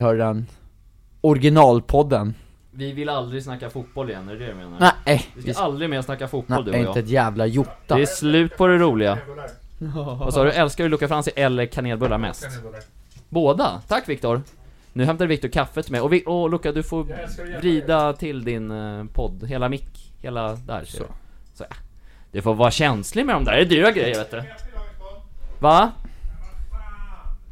hör den originalpodden. Vi vill aldrig snacka fotboll igen, är det det du menar? Nej, Vi vi ska aldrig mer snacka fotboll du och snackar jag. inte ett jävla jota. Det är slut på det roliga. Vad sa du? Älskar du Luca Franzi eller kanelbullar mest? Båda? Tack Viktor! Nu hämtar Viktor kaffe till mig, och, vi, och Luca du får vrida till din eh, podd, hela mick, hela där ser Så. du. Så ja. Du får vara känslig med de där, det är dyra grejer vet du Va?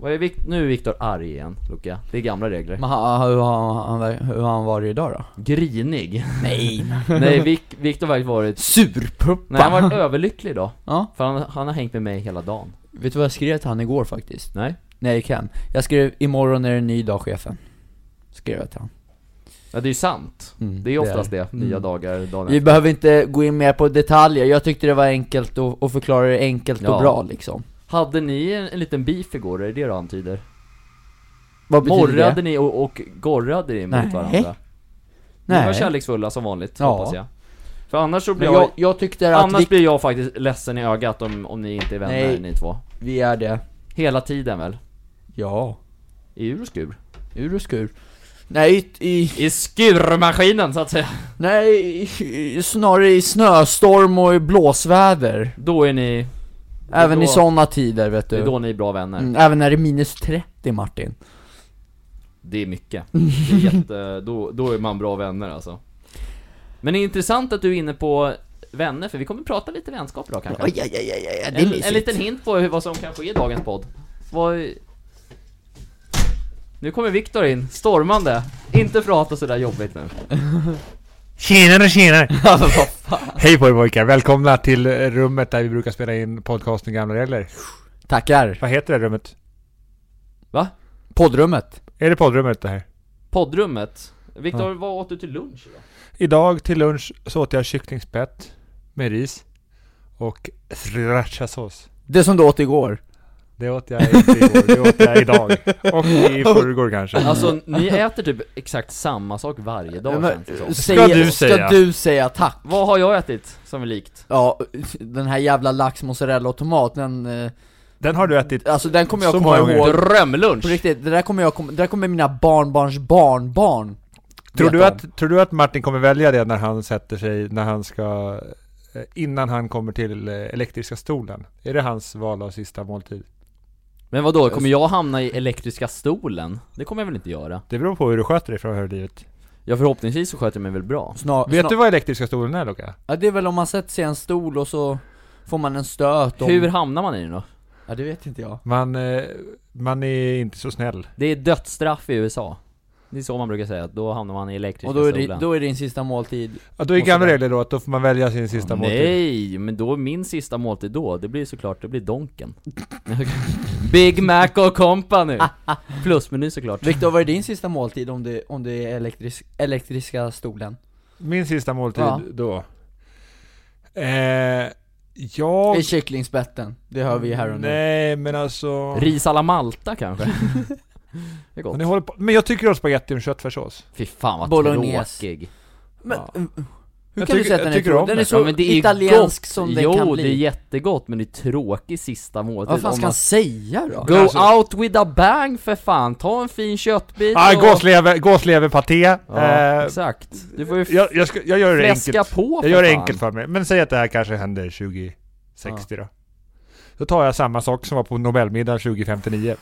Vad är Vikt- nu är Viktor arg igen, Luca. Det är gamla regler. Men han, hur, har han, hur har han varit idag då? Grinig. Nej, Nej, Vik- Viktor har faktiskt varit... surpuppa! Nej, han har varit överlycklig idag. Ja. För han, han har hängt med mig hela dagen. Vet du vad jag skrev till han igår faktiskt? Nej? När jag gick hem? Jag skrev 'Imorgon är det en ny dag chefen' Skrev jag till han Ja, det är ju sant. Mm, Det är oftast det det, nya Mm. dagar, dagen Vi behöver inte gå in mer på detaljer, jag tyckte det var enkelt och, och förklara det enkelt Ja. och bra liksom Hade ni en, en liten beef igår, är det det du antyder? Vad betyder Morrade det? ni och, och gorrade ni mot Nej. varandra? Ni var Nej, kärleksfulla som vanligt, Ja. hoppas jag För annars så blir men jag, jag, jag tyckte att annars vi, blir jag faktiskt ledsen i ögat om, om ni inte är vänner Nej. ni två vi är det Hela tiden väl? Ja, I ur och skur? ur och skur Nej, i, i, I skurmaskinen så att säga! nej, i- i, snarare i snöstorm och i blåsväder Då är ni, Det är Även i då- sådana tider vet det är du då ni är bra vänner mm, Även när det är minus 30 Martin Det är mycket. Det är jätte, då, då är man bra vänner alltså. Men det är intressant att du är inne på vänner, för vi kommer prata lite vänskap idag kanske. Oj, oj, oj, oj, oj, det är en, mysigt. en liten hint på hur, vad som kan ske i dagens podd. Vad... Nu kommer Viktor in, stormande. Inte prata sådär jobbigt nu. Tjenare tjenare! Ja, vad fan. Hej på er pojkar! Välkomna till eh, rummet där vi brukar spela in podcasten Gamla Regler. Tackar! Vad heter det rummet? Poddrummet. Är det poddrummet det här? Poddrummet. Viktor, vad åt du till lunch idag? Idag till lunch så åt jag kycklingspett med ris och srirachasås. Det som du åt igår. Det åt jag inte igår, det åt jag idag. Och i förrgår kanske. Alltså, ni äter typ exakt samma sak varje dag känns det som. säga, du Äh, Ska säga. du säga tack? Vad har jag ätit som är likt? Ja, den här jävla lax, mozzarella och tomat, den, eh, Den har du ätit. alltså den kommer jag Så komma många gånger. ihåg Drömlunch! på riktigt, det där kommer jag komma, det där kommer mina barnbarns barnbarn Tror veta du, om. att, tror du att Martin kommer välja det när han sätter sig, när han ska... eh, Innan han kommer till eh, elektriska stolen? Är det hans val av sista måltid? Men vad då kommer jag hamna i elektriska stolen? Det kommer jag väl inte göra? Det beror på hur du sköter dig framöver i livet. Ja förhoppningsvis så sköter jag mig väl bra? Snar, Vet snar, du vad elektriska stolen är Luka? Ja det är väl om man sätter sig i en stol och så får man en stöt om, Hur hamnar man i den då? Ja det vet inte jag Man, eh, man är inte så snäll. Det är dödsstraff i USA Det är så man brukar säga, då hamnar man i elektriska Och då är, det, stolen då är din sista måltid Ja, då är Måste gamla man- regler då att då får man välja sin sista måltid. Nej, men då min sista måltid då, det blir såklart, det blir Donken Big Mac och company! Plusmeny såklart Viktor, vad är din sista måltid om det, om det är elektris, elektriska stolen? Min sista måltid Ja. då. Eh, jag... I kycklingspetten, det hör vi här och nu Nej men alltså... Ris alla Malta kanske? Det är Men, gott ni håller på... men jag tycker om spagetti med köttfärssås. Fy fan vad Bolognese. tråkig Men, eh, hur Ja. Jag kan du säga tycker- att jag den är tycker tråkig? om Den är det. så Ja, men det är italiensk gott. som den jo, kan det är bli jättegott men det är tråkig sista måltid Vad fan om ska han man- säga då? Go Alltså- out with a bang för fan, ta en fin köttbit Ah, gåslever, gåsleverpaté. Ja, eh, exakt. Du får ju f- jag, jag, ska, jag gör det fläska enkelt. på för Jag gör det fan. enkelt för mig. Men säg att det här kanske händer 2060 då. Då tar jag samma sak som var på Nobelmiddagen 2059.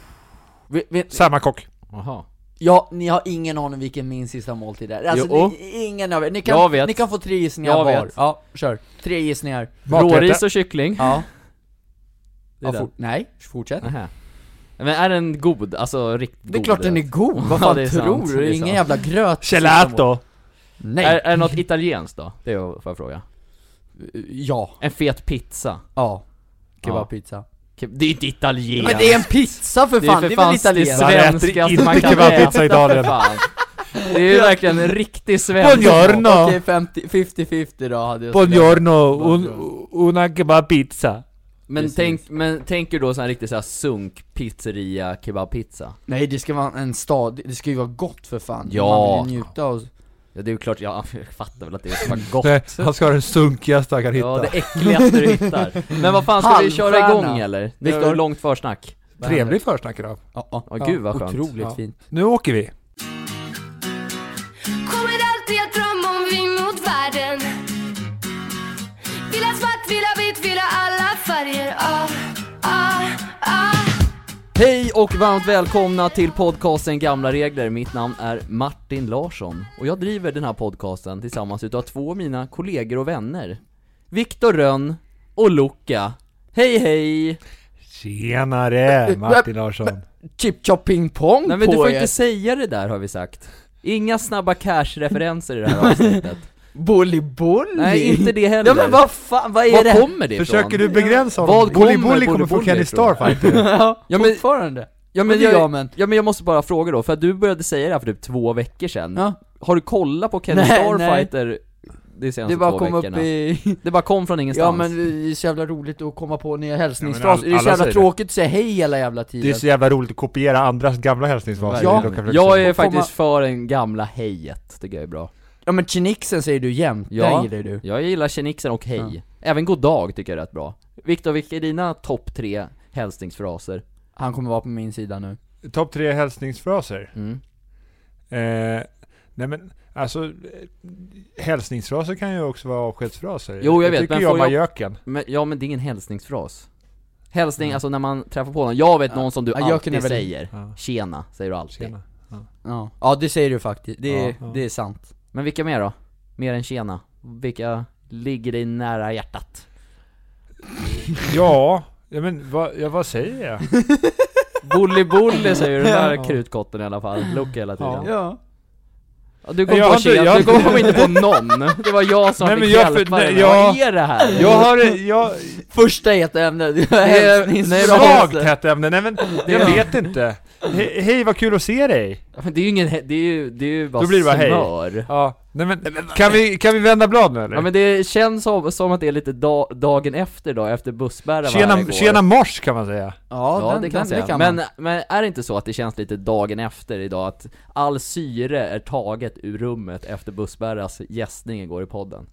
Vi, vi, Samma kock. Jaha. ja, ni har ingen aning vilken min sista måltid är Alltså, Jo. ni, ingen av er, ni kan, Jag vet. ni kan få tre gissningar Jag var vet. Ja, kör, tre gissningar Maträtter. Råris och kyckling. Ja, Det är ja fort, nej, fortsätt Nähä. Men är den god? Alltså riktigt god? Det är klart den är god, vad Ja, fan det är tror sant, det du? är Ingen sant. jävla gröt Gelato! Nej, Är, är det något italienskt då? Det får jag fråga. ja, En fet pizza? ja, kebabpizza Ke- Det är ju inte italienskt! Men det är en pizza för Det är fan, för det är, fan väl italienskt? det är det svenskaste inte man kan kebabpizza äta, i Italien. för fan. Det är ju verkligen en riktig svensk Buongiorno. Okej, 50 50-50 då hade jag Buongiorno, un, una kebabpizza. Men Precis. tänk, men tänker du då sån här riktig såhär sunk pizzeria kebabpizza? Nej det ska vara en stad, det ska ju vara gott för fan Ja. Man vill ju njuta och... Ja det är ju klart, ja, jag fattar väl att det är så fan gott Nej, han ska ha den sunkigaste han kan hitta. Ja, det äckligaste du hittar. Men vad fan, ska vi köra Halvstjärna. igång eller? Det Viktor? är långt försnack. Trevlig försnack idag. Ja, ja. Ja, gud vad skönt. Otroligt Ja. fint. Nu åker vi. Kommer alltid att drömma om vi mot världen Vill ha svart, vill ha vitt, vill ha alla färger ah, ah, ah. Hej och varmt välkomna till podcasten Gamla Regler. Mitt namn är Martin Larsson och jag driver den här podcasten tillsammans utav två av mina kollegor och vänner. Viktor Rönn och Luca. Hej hej! Tjenare Martin Larsson. Chip chop ping pong Nej men på du får er. inte säga det där har vi sagt. Inga snabba cash-referenser i det här avsnittet. Bully bully. Nej inte det heller. Ja men vad fan, vad är Var det? kommer det Försöker ifrån? du begränsa Vad honom? Bully kommer Bully kommer Bully från Bully Kenny ifrån? Starfighter. ja, men, Fortfarande. fortfarande? Ja men, det gör jag, jag men. ja men jag måste bara fråga då, för att du började säga det här för typ två veckor sedan. Ja. Har du kollat på Kenny Nej, Starfighter de senaste Det bara Alltså, två kom upp veckorna? i... Det bara kom från Ja ingenstans. men det är så jävla roligt att komma på nya Ja, men all- hälsningsfraser, det är så alla jävla säger det. tråkigt att säga hej hela jävla tiden Det är så jävla roligt att kopiera andras gamla hälsningsfraser. Ja. Det kan väl också- Jag är Och komma- faktiskt för den gamla hejet, tycker jag är bra. Ja men chinixen säger du jämt, Ja. den gillar ju du Jag gillar tjenixen och hej. Även god dag tycker jag är rätt bra. Viktor, vilka är dina topp tre hälsningsfraser? Han kommer vara på min sida nu Topp tre hälsningsfraser. Mm. Eh, nej men, alltså, eh, hälsningsfraser kan ju också vara avskedsfraser. Jo, jag vet, tycker men jag får var jag- göken. Men, ja men det är ingen hälsningsfras. Hälsning, alltså när man träffar på någon. Jag vet någon som du Ja, jag alltid kunde väl- säger. Ja. Tjena, säger du alltid. Tjena. Ja, ja det säger du faktiskt, det är, Ja, ja. Det är sant Men vilka mer då? Mer än tjena? Vilka ligger dig nära hjärtat? Ja, ja men vad, ja, vad säger jag? Bully bully säger den Ja. där krutkotten i alla fall, Luca hela tiden. Ja. Ja du kom Jag på har inte- tjena, jag har du kom inte- på inte på någon. Det var jag som Nej, men fick jag hjälpa för- nej, dig. jag- Vad är det här? Jag har, jag, Första i ett ämne, det var nej, hälsningsfraser svagt hett ämne, nej men jag vet inte. He, hej vad kul att se dig! Ja, Men det är ju ingen, he- det är ju, det är ju bara Då blir det bara hej. smör. Ja, nej men, kan vi, kan vi vända blad nu eller? Ja men det känns som, som att det är lite da, dagen efter då, efter bussbäraren tjena, tjena mors kan man säga. Ja, Ja, den, det kan den, jag säga. det kan man. men, men är det inte så att det känns lite dagen efter idag att all syre är taget ur rummet efter bussbäras gästning igår i podden?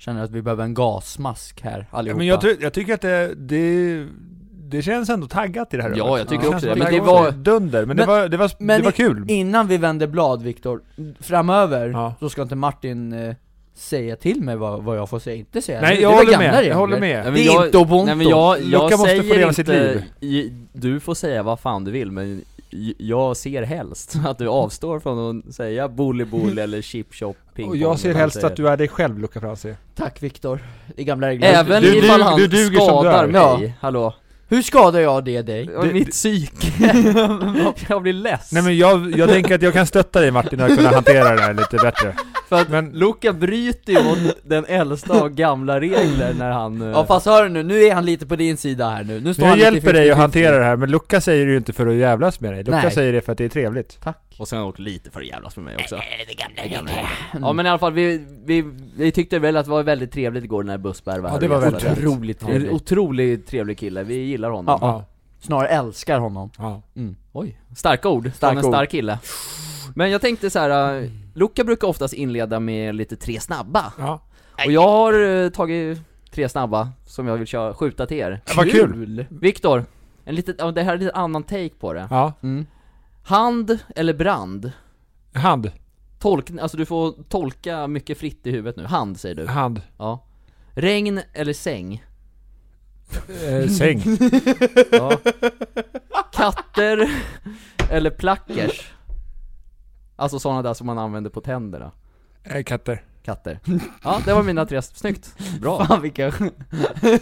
Känner att vi behöver en gasmask här Ja, allihopa men jag, ty- jag tycker att det, det, det känns ändå taggat i det här Ja, rummet. jag tycker känns också som det, att men det här var- Dunder, men, det Men- var, det var, men det var i- kul. Innan vi vänder blad Viktor, framöver Ja. så ska inte Martin eh, säga till mig vad, vad jag får säga, inte säga Nej, Det jag var håller gamla med, regler. jag håller med. men Det är jag- inte ubuntu Nej men jag, jag Luca måste få säger leva inte, sitt liv. i- du får säga vad fan du vill men j- jag ser helst att du avstår från att säga bully-bull eller chip-chop ping Och jag ser helst att du är dig själv Luca Franzén. Tack Viktor, det är gamla regler Även Du- du- ifall han du duger som skadar du är. mig, hallå? Hur skadar jag det dig? Ja, Det- mitt psyke, jag blir less! Nej men jag, jag tänker att jag kan stötta dig Martin att kunna hantera det här lite bättre. För att Men Luca bryter ju mot den äldsta av gamla regler när han... eh, Ja fast hör du nu, nu är han lite på din sida här nu, nu står jag han hjälper dig att 50-50. hantera det här, men Luca säger det ju inte för att jävlas med dig. Luca Nej. säger det för att det är trevligt. Tack Och sen har han åkt lite för att jävlas med mig också. Ja men i alla fall, vi, vi, vi tyckte väl att det var väldigt trevligt igår när bussbärva Ja, det var väldigt trevligt. Otroligt En trevligt, otroligt trevlig kille, vi gillar honom. Ja. snarare älskar honom Mm. ja. Oj, starka ord Starka från en ord. stark kille. Men jag tänkte så här. eh, Luca brukar oftast inleda med lite tre snabba. ja. Och jag har eh, tagit tre snabba som jag vill köra, skjuta till er. Vad kul! Viktor, en lite, ja, det här är en lite annan take på det. Ja. Mm. Hand eller brand? Hand. Tolk, alltså du får tolka mycket fritt i huvudet nu. Hand säger du. Hand. Ja. Regn eller säng? Eh, säng. Ja. Katter eller plackers? Alltså sådana där som man använder på tänderna. Eh, katter. Katter. Ja, det var mina tre. Snyggt. Bra. Fan vilka...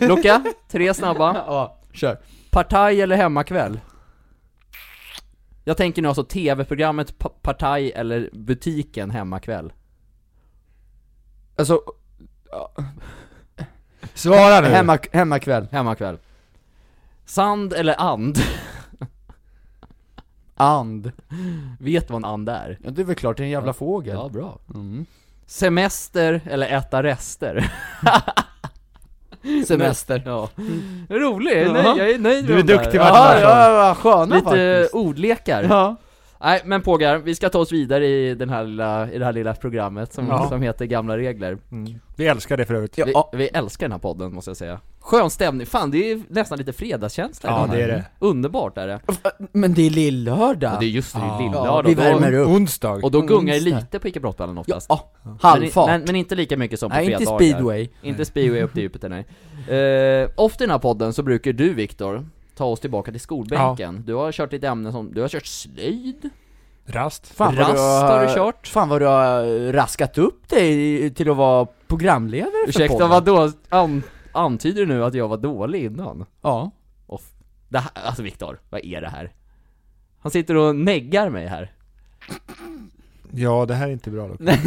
Luca, tre snabba. ja, kör Partaj eller hemmakväll? Jag tänker nu alltså TV-programmet Pa- Partaj eller butiken hemmakväll. Alltså, Svara nu! hemma, hemmakväll, Hemmakväll. Sand eller and? and Vet vad en and är? Ja det är väl klart, det är en jävla fågel Ja, bra. Mm. Semester eller äta rester? Semester Ja. Rolig, jag är Ja. nöjd, jag är nöjd Du med är de där. duktig, Ja, Martin. Ja, ja, vad sköna Lite oh, faktiskt ordlekar. Ja, Nej men pågar, vi ska ta oss vidare i, den här lilla, i det här lilla programmet som, Ja. som heter Gamla Regler. Mm. Vi älskar det för övrigt. Ja. Vi, vi älskar den här podden måste jag säga. Skön stämning, fan det är nästan lite fredagskänsla i Ja, den här. det är det. Underbart är det. Men det är lillördag! Ja, det är just det, det är Ja, lillördag. vi värmer och, upp. Onsdag. och då gungar det Onsdag. lite på Ica Brottballen Ja, oftast. ja. men, halvfart. men, men inte lika mycket som på Nej, inte fredagar. speedway. Inte speedway upp till Jupiter, nej. Eh, ofta i den här podden så brukar du Viktor ta oss tillbaka till skolbänken. Du har kört ditt ämne som, du har kört slöjd, Rast. Fan vad rast har du kört. Fan vad du har raskat upp dig till att vara programledare för Ursäkta podden. vadå? An, antyder du nu att jag var dålig innan? Ja. Off. Det här, alltså Viktor, vad är det här? Han sitter och neggar mig här. Ja, det här är inte bra dock. Nej,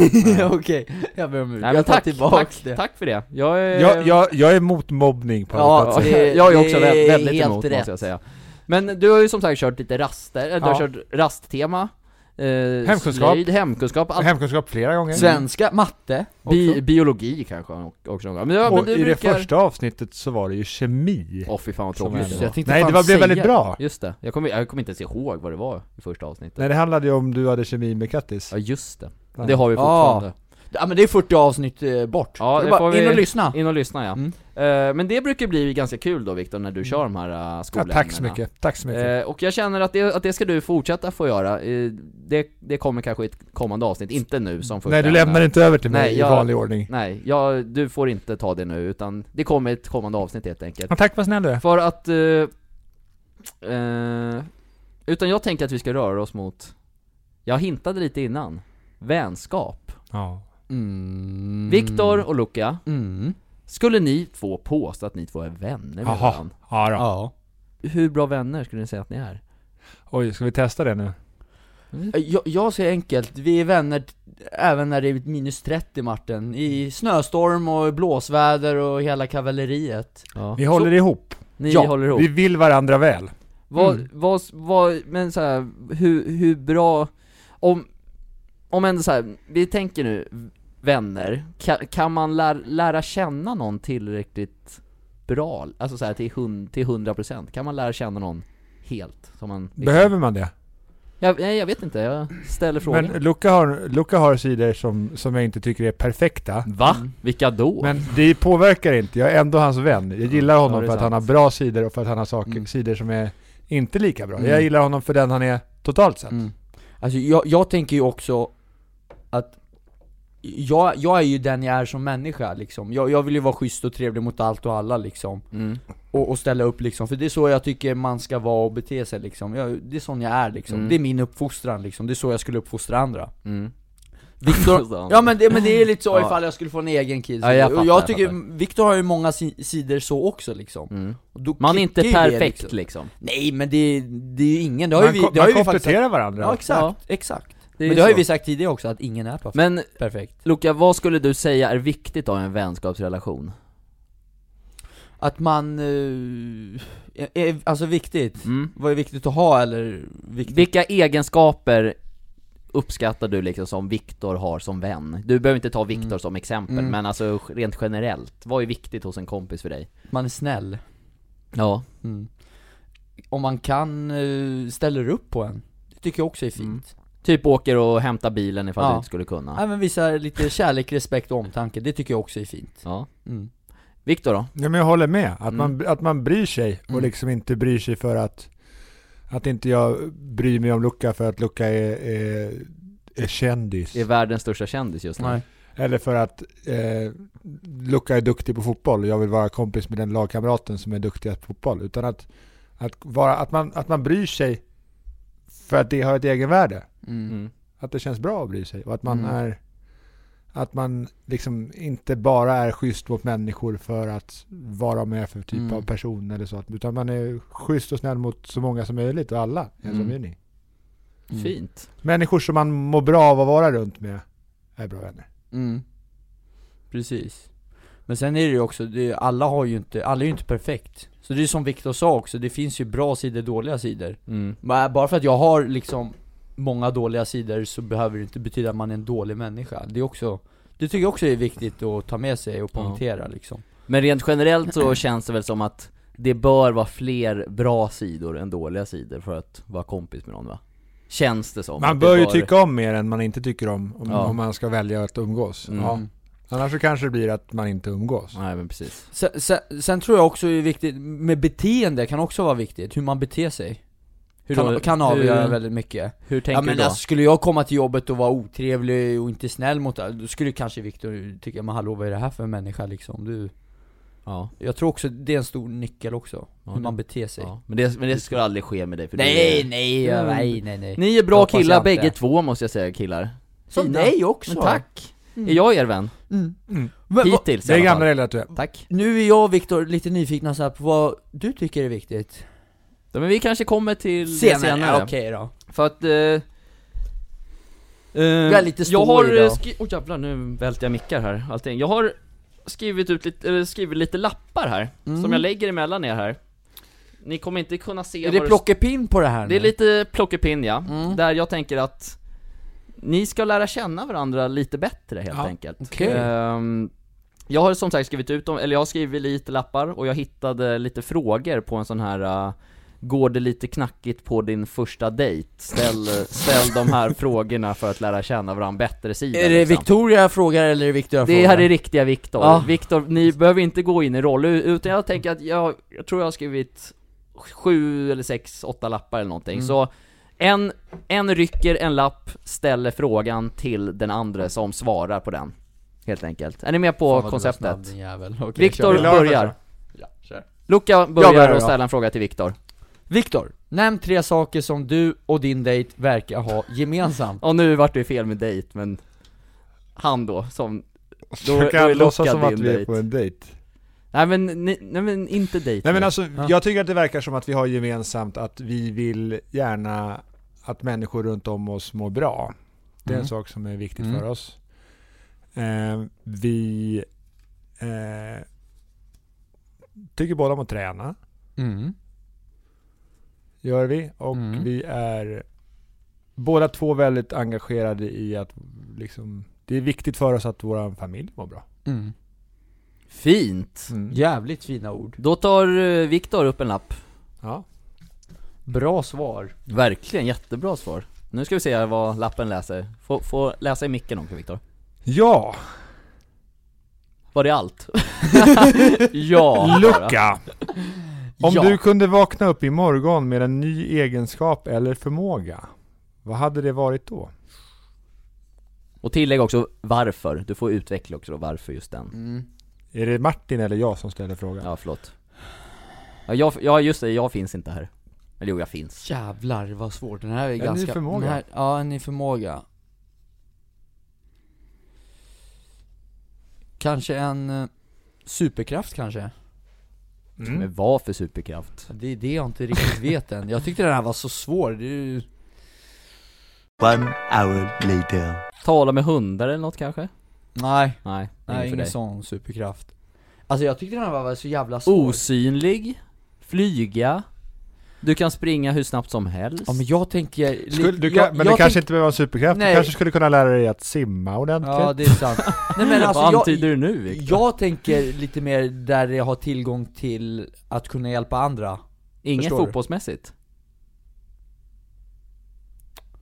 okej. Jag ber om ursäkt. Nej, men Jag tar tack, tillbaks tack, det. tack för det. Jag är... Jag, jag, jag är emot mobbning på Ja, ja, det- jag är också det vä- är väldigt helt emot rätt. måste jag säga. Men du har ju som sagt kört lite raster, eller du har Ja. kört rasttema, eh, Hemkunskap. slöjd, hemkunskap, allt, Hemkunskap flera Mm. gånger. Svenska, matte också. bi biologi kanske och- också någon gång. Men, ja, men Och du i det brukar... första avsnittet så var det ju kemi. Åh fy fan vad Som tråkigt är det Just då. det, var. jag tänkte Nej, det fan var, blev säga väldigt bra. Just det, jag kommer, jag kommer inte ens ihåg vad det var i första avsnittet. Nej, det handlade ju om du hade kemi med Kattis. Ja just det, Ja. det har vi Ja. fortfarande. Ja men det är 40 avsnitt eh, bort. Ja, Så det bara får vi- in och lyssna. In och lyssna ja. Mm. Eh, men det brukar bli ganska kul då Viktor, när du kör de här uh, Ja, skolämnena. tack så mycket. Tack så mycket. Eh, och jag känner att det, att det ska du fortsätta få göra, eh, det, det kommer kanske i ett kommande avsnitt, inte nu som första Nej, du lämnar inte över till mig Nej, i jag- vanlig ordning. Nej, jag, du får inte ta det nu utan det kommer i ett kommande avsnitt helt enkelt. Ja, tack vad snäll du är. För att... Eh, eh, utan jag tänker att vi ska röra oss mot, jag hintade lite innan, vänskap. Ja. Mm. Viktor och Luca, Mm. skulle ni två påstå att ni två är vänner med Jaha. varandra? Ja, då. Ja. Hur bra vänner skulle ni säga att ni är? Oj, ska vi testa det nu? Eh, Jag, jag säger enkelt, vi är vänner t- även när det är minus 30 Martin. I snöstorm och blåsväder och hela kavalleriet. Ja. Vi håller ihop. Ni Ja, håller ihop. Vi vill varandra väl. Vad, Mm. vad, vad, men så här, hur, hur bra, om, om ändå så här, vi tänker nu, vänner, kan, kan man lära, lära känna någon tillräckligt bra? Alltså så här, till, hund, till 100%, kan man lära känna någon helt? Som man, liksom- Behöver man det? jag, nej, jag vet inte, jag ställer frågan. Men Luca har, Luca har sidor som, som jag inte tycker är perfekta. Va? Mm. Vilka då? Men det påverkar inte, jag är ändå hans vän. Jag gillar Ja, honom det är för att sant. han har bra sidor och för att han har saker, Mm. sidor som är inte lika bra. Mm. Jag gillar honom för den han är totalt sett. Mm. Alltså jag, jag tänker ju också att jag, jag är ju den jag är som människa liksom. Jag, jag vill ju vara schysst och trevlig mot allt och alla liksom. mm. och, och ställa upp liksom, för det är så jag tycker man ska vara och bete sig liksom. jag, Det är sån jag är liksom, Mm. det är min uppfostran liksom, det är så jag skulle uppfostra andra Mm. Viktor, ja men det, men det är lite så Ja. ifall jag skulle få en egen kid Ja, jag Och fattar, jag jag tycker, Viktor har ju många si sidor så också liksom Mm. Och då Man är inte klickar ju det, perfekt liksom. liksom. Nej men det, det är ju ingen, det har ju Man, vi, ko- det har man ju vi faktiskt sagt. kompletterar varandra. Ja exakt, Ja. exakt är Men ju det har ju så. vi sagt tidigare också, att ingen är perf- Men perfekt Luca, vad skulle du säga är viktigt av en vänskapsrelation? Att man, eh, är, är, alltså viktigt, Mm. vad är viktigt att ha eller viktigt? Vilka egenskaper uppskattar du liksom som Viktor har som vän? Du behöver inte ta Viktor Mm. som exempel, Mm. men alltså rent generellt, vad är viktigt hos en kompis för dig? Man är snäll Ja. Mm. Om man kan, eh, ställer upp på en. Det tycker jag också är fint. Typ åker och hämtar bilen ifall Ja. du inte skulle kunna. Även visa lite kärlek, respekt och omtanke, det tycker jag också är fint. Ja. Mm. Viktor då? Ja, men jag håller med. Att, Mm. man, att man bryr sig och Mm. liksom inte bryr sig för att... Att inte jag bryr mig om Luca för att Luca är, är, är kändis. Är världens största kändis just nu. Nej. Eller för att eh, Luca är duktig på fotboll och jag vill vara kompis med den lagkamraten som är duktigast på fotboll. Utan att, att, vara, att, man, att man bryr sig för att det har ett egenvärde. Mm. Mm. Att det känns bra att bry sig och att man Mm. är att man liksom inte bara är schysst mot människor för att vad de är för typ Mm. av person eller så. Utan man är schysst och snäll mot så många som möjligt och alla i ens Mm. omgivning. Mm. Fint. Människor som man mår bra av att vara runt med är bra vänner. Mm. Precis. Men sen är det ju också, det, alla har ju inte, alla är ju inte perfekt. Så det är ju som Viktor sa också, det finns ju bra sidor, dåliga sidor. Mm. Bara bara för att jag har liksom många dåliga sidor så behöver det inte betyda att man är en dålig människa. Det är också, det tycker jag också är viktigt att ta med sig och Ja. poängtera liksom. Men rent generellt så känns det väl som att det bör vara fler bra sidor än dåliga sidor för att vara kompis med någon va? Känns det som. Man att det bör ju tycka om mer än man inte tycker om om, Ja. om man ska välja att umgås. Mm. Ja. Annars så kanske det blir att man inte umgås. Nej men precis. Sen, sen, sen tror jag också det är viktigt, med beteende kan också vara viktigt, hur man beter sig Hur kan, då? kan avgöra Hur- väldigt mycket Hur tänker Ja du men då? alltså, skulle jag komma till jobbet och vara otrevlig och inte snäll mot alla, då skulle kanske Viktor tycka 'Men hallå vad är det här för människa liksom?' Du, ja, jag tror också det är en stor nyckel också, Ja, hur det- man beter sig ja. Men, det, men det skulle aldrig ske med dig för Nej du är... Mm. nej, ja, nej nej nej Ni är bra Hoppas jag killar inte. bägge två måste jag säga killar. Som Fina. dig också! Men tack! Är jag er vän? Mm. Mm. Men, vad- Hittills Det är i alla gamla fall. regler att du är. Tack. nu är jag och Viktor lite nyfikna så här på vad du tycker är viktigt Ja, men vi kanske kommer till senare. det senare. Ja, okej då För att... Eh, eh, har lite jag story har... eh, idag. Skri- oh, jävlar, nu välter jag mickar här, allting. Jag har skrivit ut lite, eller skrivit lite lappar här, Mm. som jag lägger emellan er här. Ni kommer inte kunna se Är det vad plockepinn på det här Det är nu? lite plockepinn ja, Mm. där jag tänker att ni ska lära känna varandra lite bättre helt Ja, enkelt. okej. Ehm, jag har som sagt skrivit ut dem, eller jag har skrivit lite lappar och jag hittade lite frågor på en sån här eh, Går det lite knackigt på din första dejt? Ställ, ställ de här frågorna för att lära känna varandra bättre sidan Är det liksom. Victoria jag frågar eller är det Viktor jag Det frågar? här är riktiga Viktor. Ja. Viktor, ni behöver inte gå in i roll, utan jag tänker att jag, jag tror jag har skrivit sju eller sex, åtta lappar eller någonting. Mm. Så en, en rycker en lapp, ställer frågan till den andra som svarar på den. Helt enkelt. Är ni med på konceptet? Viktor kör vi. börjar. Ja, kör. Luca Jag börjar börjar, och ja. ställer en fråga till Viktor. Viktor, nämn tre saker som du och din dejt verkar ha gemensamt Och nu vart det fel med dejt, men han då som... Då, Då, då kan är låtsas Luca som att din vi är dejt. på en dejt. Nej men, ni, nej men inte dejt. Nej men nu. alltså, Ja. jag tycker att det verkar som att vi har gemensamt att vi vill gärna att människor runt om oss mår bra. Det är Mm. en sak som är viktig Mm. för oss. Eh, vi eh, tycker båda om att träna, mm. gör vi. Och Mm. vi är båda två väldigt engagerade i att liksom, det är viktigt för oss att vår familj mår bra. Mm. Mm. Fint! Jävligt fina ord Då tar eh, Viktor upp en lapp. Ja. Bra svar Verkligen, jättebra svar. Nu ska vi se vad lappen läser. Få, få läsa i micken också Viktor. Ja, Var det allt? ja! bara. Luca! Om Ja. du kunde vakna upp imorgon med en ny egenskap eller förmåga, vad hade det varit då? Och tillägg också varför. Du får utveckla också då varför just den. mm. Är det Martin eller jag som ställer frågan? Ja, förlåt. Ja, jag, ja just det, jag finns inte här. Eller jo, jag finns. Jävlar vad svårt, den här är En ny ganska... förmåga. den Här, ja, en ny förmåga Kanske en eh, superkraft kanske? Mm. Men vad för superkraft? Det är det jag inte riktigt vet än, jag tyckte den här var så svår, det är ju... One hour later. Tala med hundar eller något kanske? Nej, Nej, nej ingen för ingen dig. sån superkraft Alltså jag tyckte den här var så jävla svår Osynlig, flyga, du kan springa hur snabbt som helst. Ja men jag tänker... Skulle, du kan, jag, men jag du kanske tänk- inte behöver vara en superkraft, Nej. du kanske skulle kunna lära dig att simma ordentligt? Ja det är sant. Nej men vad alltså antyder jag, du nu Viktor? jag tänker lite mer där jag har tillgång till att kunna hjälpa andra. Inget Förstår du? fotbollsmässigt?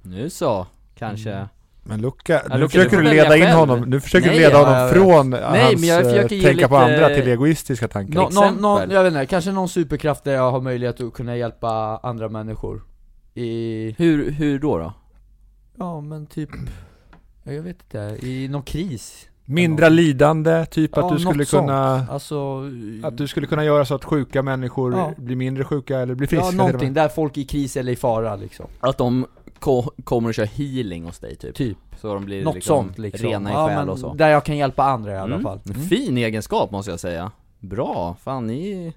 Nu så, kanske Mm. Men Luca, nu Luca, du försöker får du välja leda in själv. honom, nu försöker Nej, du leda ja, honom jag vet. från Nej, hans men jag eh, försöker tänka ge på lite- andra till egoistiska tankar. Nå, nå, exempel. nå, jag vet inte, kanske någon superkraft där jag har möjlighet att kunna hjälpa andra människor. I, Hur, hur då då? ja men typ, ja, jag vet inte, i någon kris. Mindre lidande, typ Ja, att du skulle något sånt. kunna... Alltså, Att du skulle kunna göra så att sjuka människor Ja. blir mindre sjuka eller blir friska. ja till och med. någonting, där folk är i kris eller i fara liksom. Att de ko- kommer och kör healing hos dig typ? Typ. Så de blir Något liksom sånt liksom. rena i Ja, själ men och så? Där jag kan hjälpa andra i alla Mm. fall. Mm. Fin egenskap måste jag säga Bra, fan ni...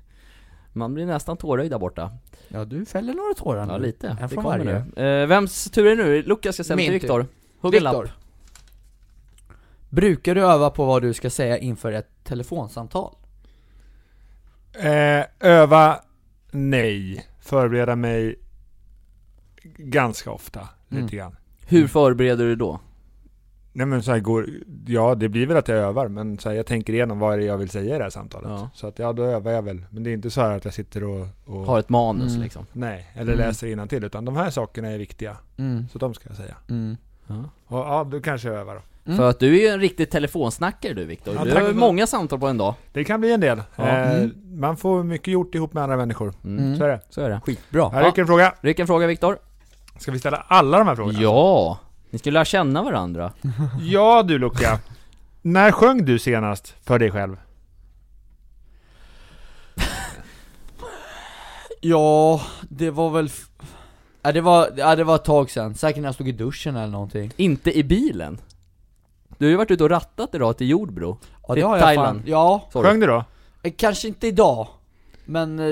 Man blir nästan tårögd där borta Ja du fäller några tårar nu. Ja lite, En det från kommer varje. nu eh, Vems tur är det nu? Lukas ska ställa Min tur. till Viktor Hugg en lapp Viktor. Brukar du öva på vad du ska säga inför ett telefonsamtal? Eh, öva, nej. Förbereda mig ganska ofta, Mm. lite grann. Hur förbereder du då? Nej men så här går, ja det blir väl att jag övar, men så här, jag tänker igenom vad är det jag vill säga i det här samtalet. Ja. Så att ja, då övar jag väl. Men det är inte så här att jag sitter och, och Har ett manus Mm. liksom nej, eller Mm. läser innantill, utan de här sakerna är viktiga. Mm, Så de ska jag säga. mm. Och, ja, då kanske jag övar då. Mm. För att du är ju en riktig telefonsnackare du Viktor. Ja, du tack har ju för- många samtal på en dag. Det kan bli en del. Ja. Eh, Mm. Man får mycket gjort ihop med andra människor. Mm. Så är det. Så är det. Skitbra. Här rycker en fråga. Ryck en fråga Viktor. Ska vi ställa alla de här frågorna? Ja! Ni skulle lära känna varandra. Ja du Luca. När sjöng du senast för dig själv? Ja, det var väl... f- Ja det var, ja, det var ett tag sen, säkert när jag stod i duschen eller någonting Inte i bilen. Du har ju varit ute och rattat idag till Jordbro. ja, Till fan- Thailand. Typ Ja, Sorry. Sjöng du då? eh, kanske inte idag Men eh,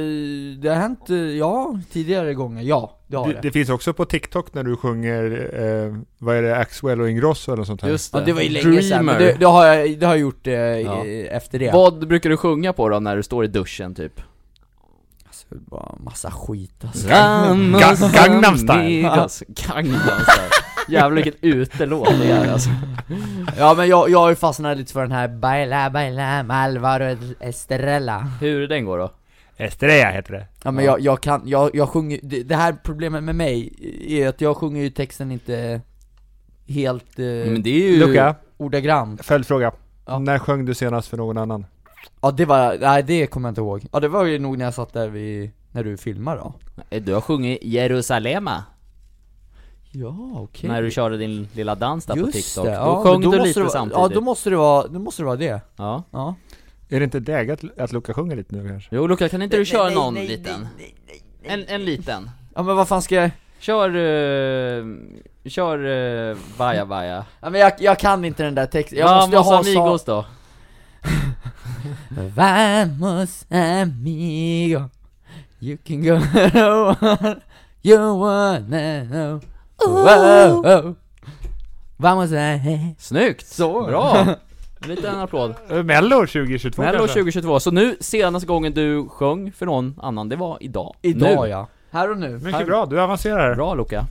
det har hänt, eh, ja, tidigare gånger, ja det har Det, det det finns också på TikTok när du sjunger, eh, vad är det, Axwell och Ingrosso eller något sånt här. Just Ja det. det var ju länge sen, men Dreamer. det, det, har jag, det har jag gjort eh, Ja. i- efter det Vad brukar du sjunga på då när du står i duschen typ? Alltså, det var bara massa skit alltså Ga- Gangnam Style. Gangnam style. Jävlar vilket utelåt det är alltså. Ja men jag, jag har ju fastnat lite för den här Baila baila med Alvaro Estrella Hur den går då? Estrella heter det. Ja men jag, jag kan, jag, jag sjunger, det, det här problemet med mig är att jag sjunger ju texten inte helt eh, Men det är ju... Luca, ordagrant följdfråga. Ja. När sjöng du senast för någon annan? Ja det var, nej det kommer jag inte ihåg Ja det var ju nog när jag satt där vid, när du filmade då Eh, Du har sjungit Jerusalema. Ja okej När du körde din lilla dans där på Just TikTok. det, då ja, sjöng men då du måste lite det vara, samtidigt. Ja då måste det vara, då måste det vara det, Ja. ja Är det inte läge att, att Luca sjunger lite nu kanske? Jo Luca, kan inte du köra någon nej, nej, liten? En, en liten. Ja men vad fan ska jag, Kör, eh, kör uh, Vaja Vaja. ja, men jag, jag kan inte den där texten, jag måste Vamos ha så- amigos då. Vamos amigo You can go You wanna know oh, oh. Vamos eh. amigo Snyggt! Så. Bra! En liten applåd. Eh, Mello 2022 Mello kanske? 2022, så nu senaste gången du sjöng för någon annan, det var idag. Idag nu. ja, här och nu Mycket bra, du avancerar. Bra Luca.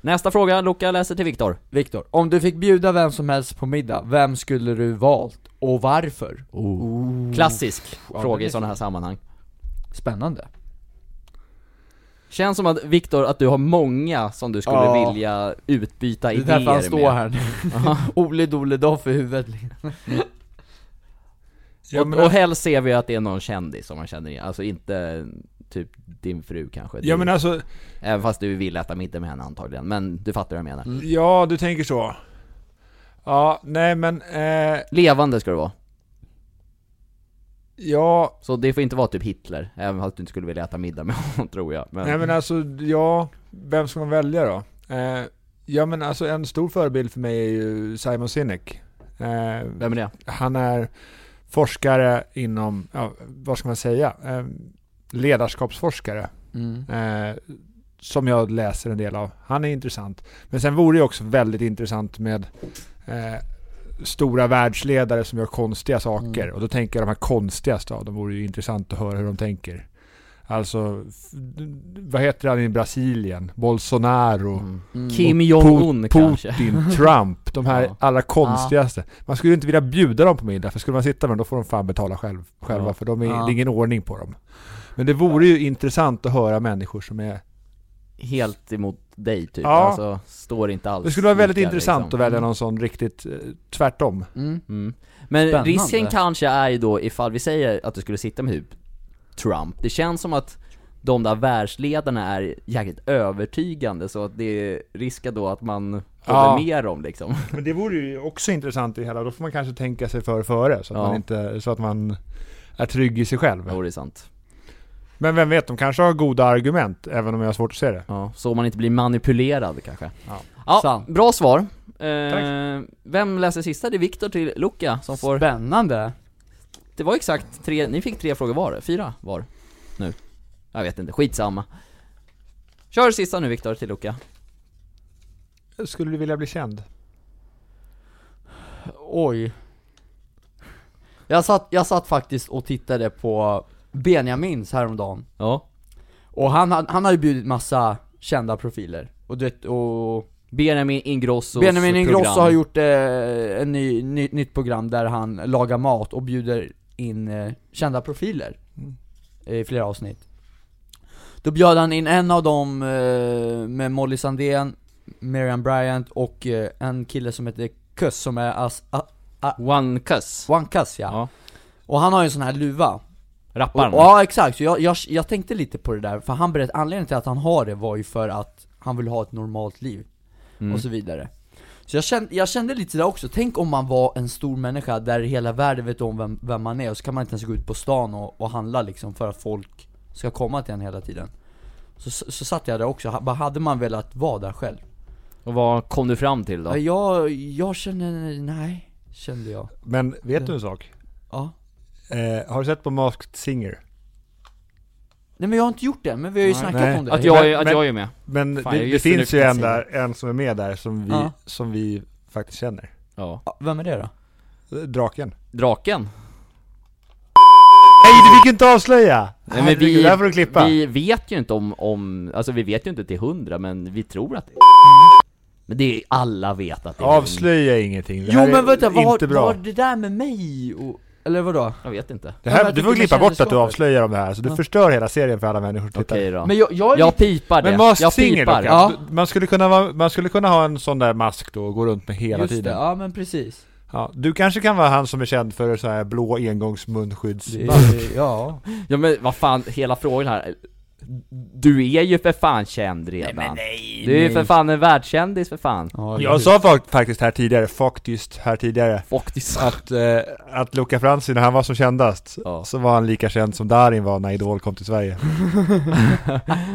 Nästa fråga, Luca läser till Viktor. Viktor, om du fick bjuda vem som helst på middag, vem skulle du valt? Och varför? Klassisk Mm. Ja, fråga det i är sådana här sammanhang. Spännande Känns som att Viktor, att du har många som du skulle Ja. vilja utbyta Det är idéer därför han står med. här nu Ole Dole Doff i huvudet Ja, men, alltså- och, och helst ser vi att det är någon kändis som man känner igen, alltså inte typ din fru kanske. ja Du- men alltså, Även fast du vill äta middag med henne antagligen, men du fattar vad jag menar. ja du tänker så. Ja, nej men, eh, Levande ska det vara. ja, Så det får inte vara typ Hitler, även fast du inte skulle vilja äta middag med honom tror jag. Men, Nej men alltså, ja, vem ska man välja då? Eh, ja men alltså en stor förebild för mig är ju Simon Sinek. Eh, Vem är det? han är forskare inom, ja, vad ska man säga, eh, ledarskapsforskare. mm. Eh, som jag läser en del av. Han är intressant. Men sen vore det också väldigt intressant med eh, stora världsledare som gör konstiga saker. Mm. Och då tänker jag de här konstigaste av dem vore ju intressant att höra hur de tänker. Alltså, f- d- d- vad heter han i Brasilien? Bolsonaro, Mm. Mm. Kim Jong-Un kanske? Putin, Trump, de här Ja. allra konstigaste. Man skulle ju inte vilja bjuda dem på middag, för skulle man sitta med dem då får de fan betala själv, själva, Ja. för de är, Ja. det är ingen ordning på dem. Men det vore ju intressant att höra människor som är Helt emot dig typ, Ja. alltså står inte alls Det skulle vara väldigt lika, intressant liksom. att välja någon sån riktigt eh, tvärtom. Mm. Mm. Men Spännande. risken kanske är ju då ifall vi säger att du skulle sitta med typ Trump, det känns som att de där världsledarna är jäkligt övertygande så att det är riska då att man håller Ja. med dem liksom. Men det vore ju också intressant i hela, då får man kanske tänka sig för före så att, Ja. man, inte, så att man är trygg i sig själv. Jo det är sant. Men vem vet, de kanske har goda argument, även om jag har svårt att se det. Ja. Så man inte blir manipulerad kanske. Ja. Sant. bra svar. Eh, vem läser sista? Det är Viktor till Luca som får... Spännande Det var exakt tre, ni fick tre frågor var, fyra var nu. Jag vet inte, skitsamma. Kör sista nu Viktor till Luca. Skulle du vilja bli känd? Oj jag satt, jag satt faktiskt och tittade på Benjamins häromdagen Ja. Och han, han, han har ju bjudit massa kända profiler Och du vet, och Benjamin Ingrossos Benjamin Ingrosso program. har gjort eh, en ny, ny, nytt program där han lagar mat och bjuder in eh, kända profiler Mm. I flera avsnitt Då bjöd han in en av dem eh, med Molly Sandén, Miriam Bryant och eh, en kille som heter Kuss som är as, a, One Cuss. One Cuss ja. Ja. Och han har ju en sån här luva och, Rapparen. och, Ja exakt, så jag, jag, jag tänkte lite på det där, för han berättade, anledningen till att han har det var ju för att han vill ha ett normalt liv, Mm. och så vidare Så jag kände, jag kände lite där också, tänk om man var en stor människa där hela världen vet om vem, vem man är, och så kan man inte ens gå ut på stan och, och handla liksom för att folk ska komma till en hela tiden så, så, så satt jag där också, Ha- bara hade man velat vara där själv? Och vad kom du fram till då? Jag, jag känner, nej, kände jag Men vet du en sak? Ja Eh, har du sett på Masked Singer? Nej men jag har inte gjort det, men vi har ju Nej. snackat Nej. om det Att jag, är- Men- att jag är med. Men Fan, jag det, är det just finns nu ju en, Singer. där, en som är med där som vi, Ja. som vi faktiskt känner. Ja. Ja, Vem är det då? Eh, Draken. Draken. Nej, du fick inte avslöja! Nej, men vi, det där får du klippa. vi vet ju inte om, om, alltså vi vet ju inte till hundra men vi tror att det är Mm. Men det är, alla vet att det är hon. Avslöja ingenting. Det Jo här är men vänta, vad inte har, bra. vad har det där med mig och, eller vadå? Jag vet inte. Det Ja, men här, jag du tycker får vi klippa känner bort att du skapet. avslöjar de här, så du Ja. förstör hela serien för alla människor som tittar. Okej då. Men jag, jag, är jag lite- pipar det. Men Masked jag Singer dock, pipar. ja. ja. man, skulle kunna vara, man skulle kunna ha en sån där mask då och gå runt med hela just tiden. det, ja men precis Ja, du kanske kan vara han som är känd för så här blå engångsmunskydds... det, Ja Ja men vad fan, hela frågan här. Du är ju för fan känd redan. nej, du är ju för fan en världskändis för fan. ja, Jag sa fak- faktiskt här tidigare, faktiskt här tidigare, Faktiskt. att, eh, att Luca Franzi när han var som kändast, Ja. så var han lika känd som Darin var när Idol kom till Sverige.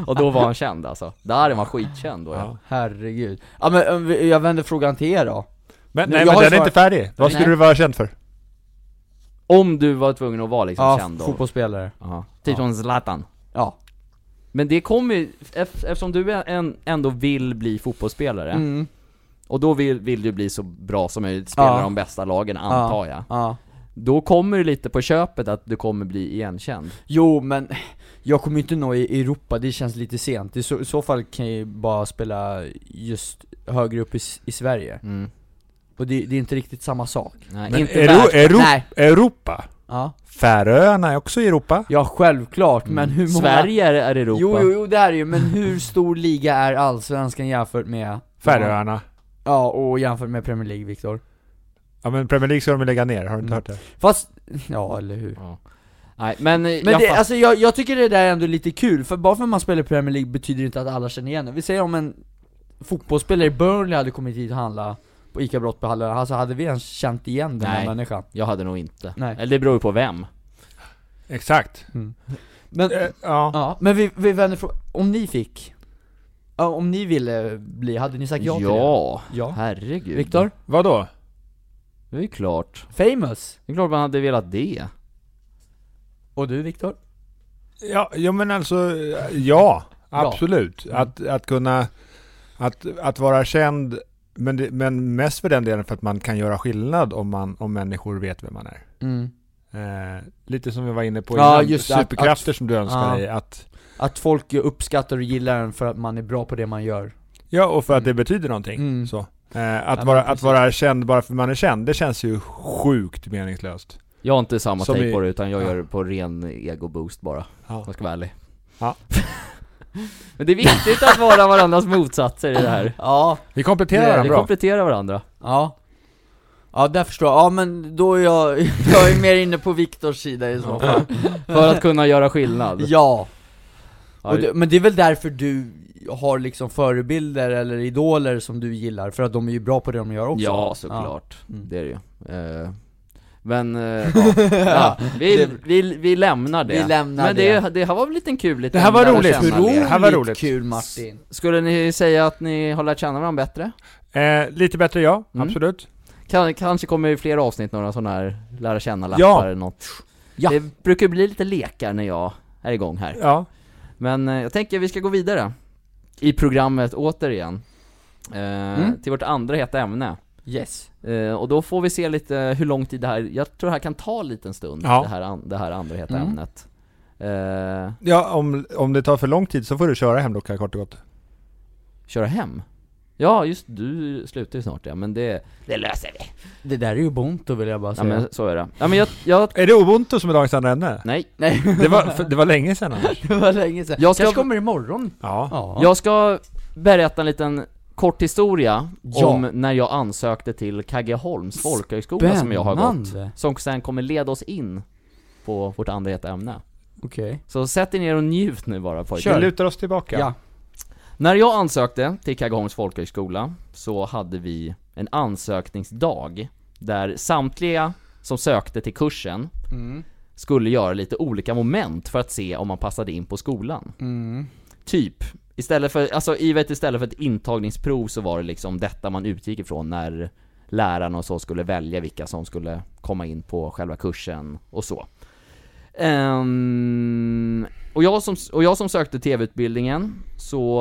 Och då var han känd alltså. Darin var skitkänd då ja. Ja. Herregud Ja men om vi- jag vänder frågan till er då Men, Nej, nej, jag men har den är svar- inte färdig. Vad skulle Nej. du vara känd för? Om du var tvungen att vara liksom Ja, känd då. fotbollsspelare Ja. Typ som Zlatan. Ja, Men det kommer ju, eff- eftersom du är en, ändå vill bli fotbollsspelare, mm, och då vill, vill du bli så bra som möjligt, spela Ja. de bästa lagen antar jag. ja Då kommer det lite på köpet att du kommer bli igenkänd. Jo men, jag kommer ju inte nå i Europa, det känns lite sent I så, i så fall kan jag ju bara spela just högre upp i, s- i Sverige Mm. Och det, det är inte riktigt samma sak Nej, Men inte Euro- världs- Euro- Nej. Europa? Ja, Färöarna är också i Europa. ja självklart, Mm. men hur många Sverige är, är Europa. Jo, jo, jo det är det ju, men hur stor liga är Allsvenskan jämfört med... Färöarna. Ja, och jämfört med Premier League, Viktor. Ja men Premier League ska de lägga ner, har du inte hört det? Fast, ja eller hur? Ja. Nej, men, men Men jag det, fattar. alltså jag, jag tycker det där är ändå lite kul, för bara för att man spelar i Premier League betyder det inte att alla känner igen det. Vi säger om en fotbollsspelare i Burnley hade kommit hit och handlat på ICA Brottbyhallen, alltså hade vi ens känt igen den här Nej. människan? jag hade nog inte. Nej. Eller det beror ju på vem. Exakt. Men, Eh, ja. ja, men vi, vi vänder frågan, om ni fick? Ja, om ni ville bli, hade ni sagt ja till det? Ja, Ja. herregud. Viktor? Vadå? Det är ju klart. Famous? Det är klart man hade velat det. Och du Viktor? Ja, ja men alltså, ja. Absolut. Mm. Att, att kunna, att, att vara känd, men, det, men mest för den delen för att man kan göra skillnad om, man, om människor vet vem man är. Mm. Eh, lite som vi var inne på Ja, innan, just det, att- superkrafter som du önskar ja. dig. Att, Att folk uppskattar och gillar en för att man är bra på det man gör ja, och för att det betyder någonting. Mm. Så. Eh, att, men vara, att precis. vara känd bara för man är känd, det känns ju sjukt meningslöst. Jag har inte samma Som take i- på det utan jag Ja. gör det på ren ego-boost bara, om Ja. jag ska vara ärlig Ja. Men det är viktigt att vara varandras motsatser i det här Ja, Vi kompletterar den Vi bra. kompletterar varandra ja Ja där förstår jag, ja men då är jag, jag är mer inne på Viktors sida i så fall för att kunna göra skillnad Ja, Ja, och det, men det är väl därför du har liksom förebilder eller idoler som du gillar, för att de är ju bra på det de gör också Ja, såklart, Mm. det är det ju Eh, Men, eh, ja. ja. Vi, vi, vi lämnar det Vi lämnar Men det, det. det här var väl en liten kul liten Det här var lära roligt. känna Otroligt Det det. här var roligt. kul Martin Skulle ni säga att ni har lärt känna varandra bättre? Eh, lite bättre ja, Mm. absolut. Kan, kanske kommer i fler avsnitt några sådana här lära känna-lappar Ja. eller något Ja. Det brukar bli lite lekar när jag är igång här Ja. Men eh, jag tänker vi ska gå vidare I programmet återigen eh, Mm. Till vårt andra heta ämne Yes eh, Och då får vi se lite hur lång tid det här Jag tror det här kan ta en liten stund Ja. det, här, an- det här andra heta Mm. ämnet eh, Ja, om, om det tar för lång tid så får du köra hem Luca, kort och gott. Köra hem? Ja just du slutar ju snart ja, men det, det löser vi! Det där är ju Bonto vill jag bara Ja säga men så är det. Ja men jag, jag, Är det ubuntu som är dagens andra ämne? nej. Nej, Det var, för, det var länge sedan annars. det var länge sedan Jag ska- Kanske kommer imorgon Ja. Ja, Jag ska berätta en liten kort historia Ja. om när jag ansökte till Kaggeholms folkhögskola som jag har gått. Spännande. Som sen kommer leda oss in på vårt andra heta ämne. Okej. Så sätt er ner och njut nu bara pojkar. Vi lutar oss tillbaka. Ja. När jag ansökte till Kaggeholms folkhögskola så hade vi en ansökningsdag där samtliga som sökte till kursen skulle göra lite olika moment för att se om man passade in på skolan. Typ, istället för, alltså i vet, istället för ett intagningsprov så var det liksom detta man utgick ifrån när lärarna och så skulle välja vilka som skulle komma in på själva kursen och så. Ehm, och, jag som, och jag som sökte TV-utbildningen så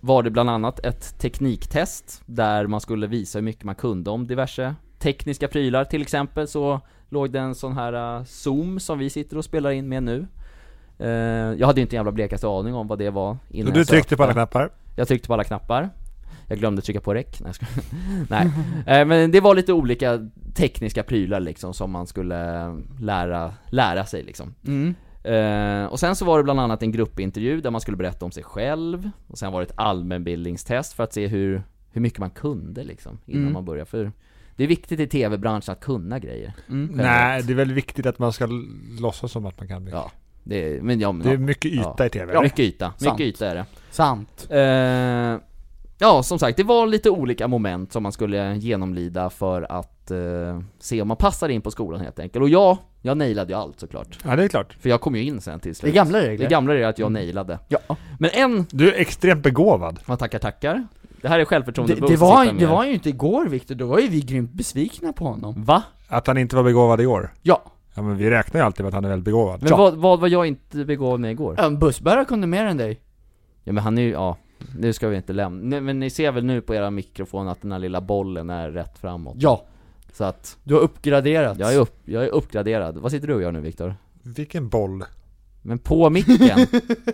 var det bland annat ett tekniktest där man skulle visa hur mycket man kunde om diverse tekniska prylar. Till exempel så låg det en sån här eh, Zoom som vi sitter och spelar in med nu. Eh, jag hade ju inte en jävla blekaste aning om vad det var Så innan du jag tryckte på alla sökte. knappar. Jag tryckte på alla knappar Jag glömde trycka på räck, nej jag skojar. Nej, Eh, men det var lite olika tekniska prylar liksom som man skulle lära, lära sig liksom Mm. Eh, och sen så var det bland annat en gruppintervju där man skulle berätta om sig själv Och sen var det ett allmänbildningstest för att se hur, hur mycket man kunde liksom innan Mm. man började för Det är viktigt i tv-branschen att kunna grejer Mm. Nej, det är väl viktigt att man ska l- låtsas som att man kan bli. Ja, det är, men ja, men, Det är ja. mycket yta i tv. Ja, mycket yta, mycket Sant. yta är det Sant. Eh, ja, som sagt, det var lite olika moment som man skulle genomlida för att eh, se om man passar in på skolan helt enkelt. Och ja, jag nailade ju allt såklart. Ja, det är klart. För jag kom ju in sen Det till är slut. gamla Mm. regler. Det gamla är att jag nailade. ja. Men en, Du är extremt begåvad. man tackar tackar. Det här är det, självförtroende det, var, det var ju inte igår Viktor, då var ju vi grymt besvikna på honom. Va? Att han inte var begåvad i år. Ja. Ja, men vi räknar ju alltid med att han är väldigt begåvad. Men vad, vad var jag inte begåvad med igår? En bussbärare kunde mer än dig. Ja men han är ju, ja. Nu ska vi inte lämna. Nej, men ni ser väl nu på era mikrofon att den här lilla bollen är rätt framåt. Ja. Så att, Du har uppgraderats. jag är, upp, jag är uppgraderad. Vad sitter du och gör nu Viktor? Vilken boll. Men på micken?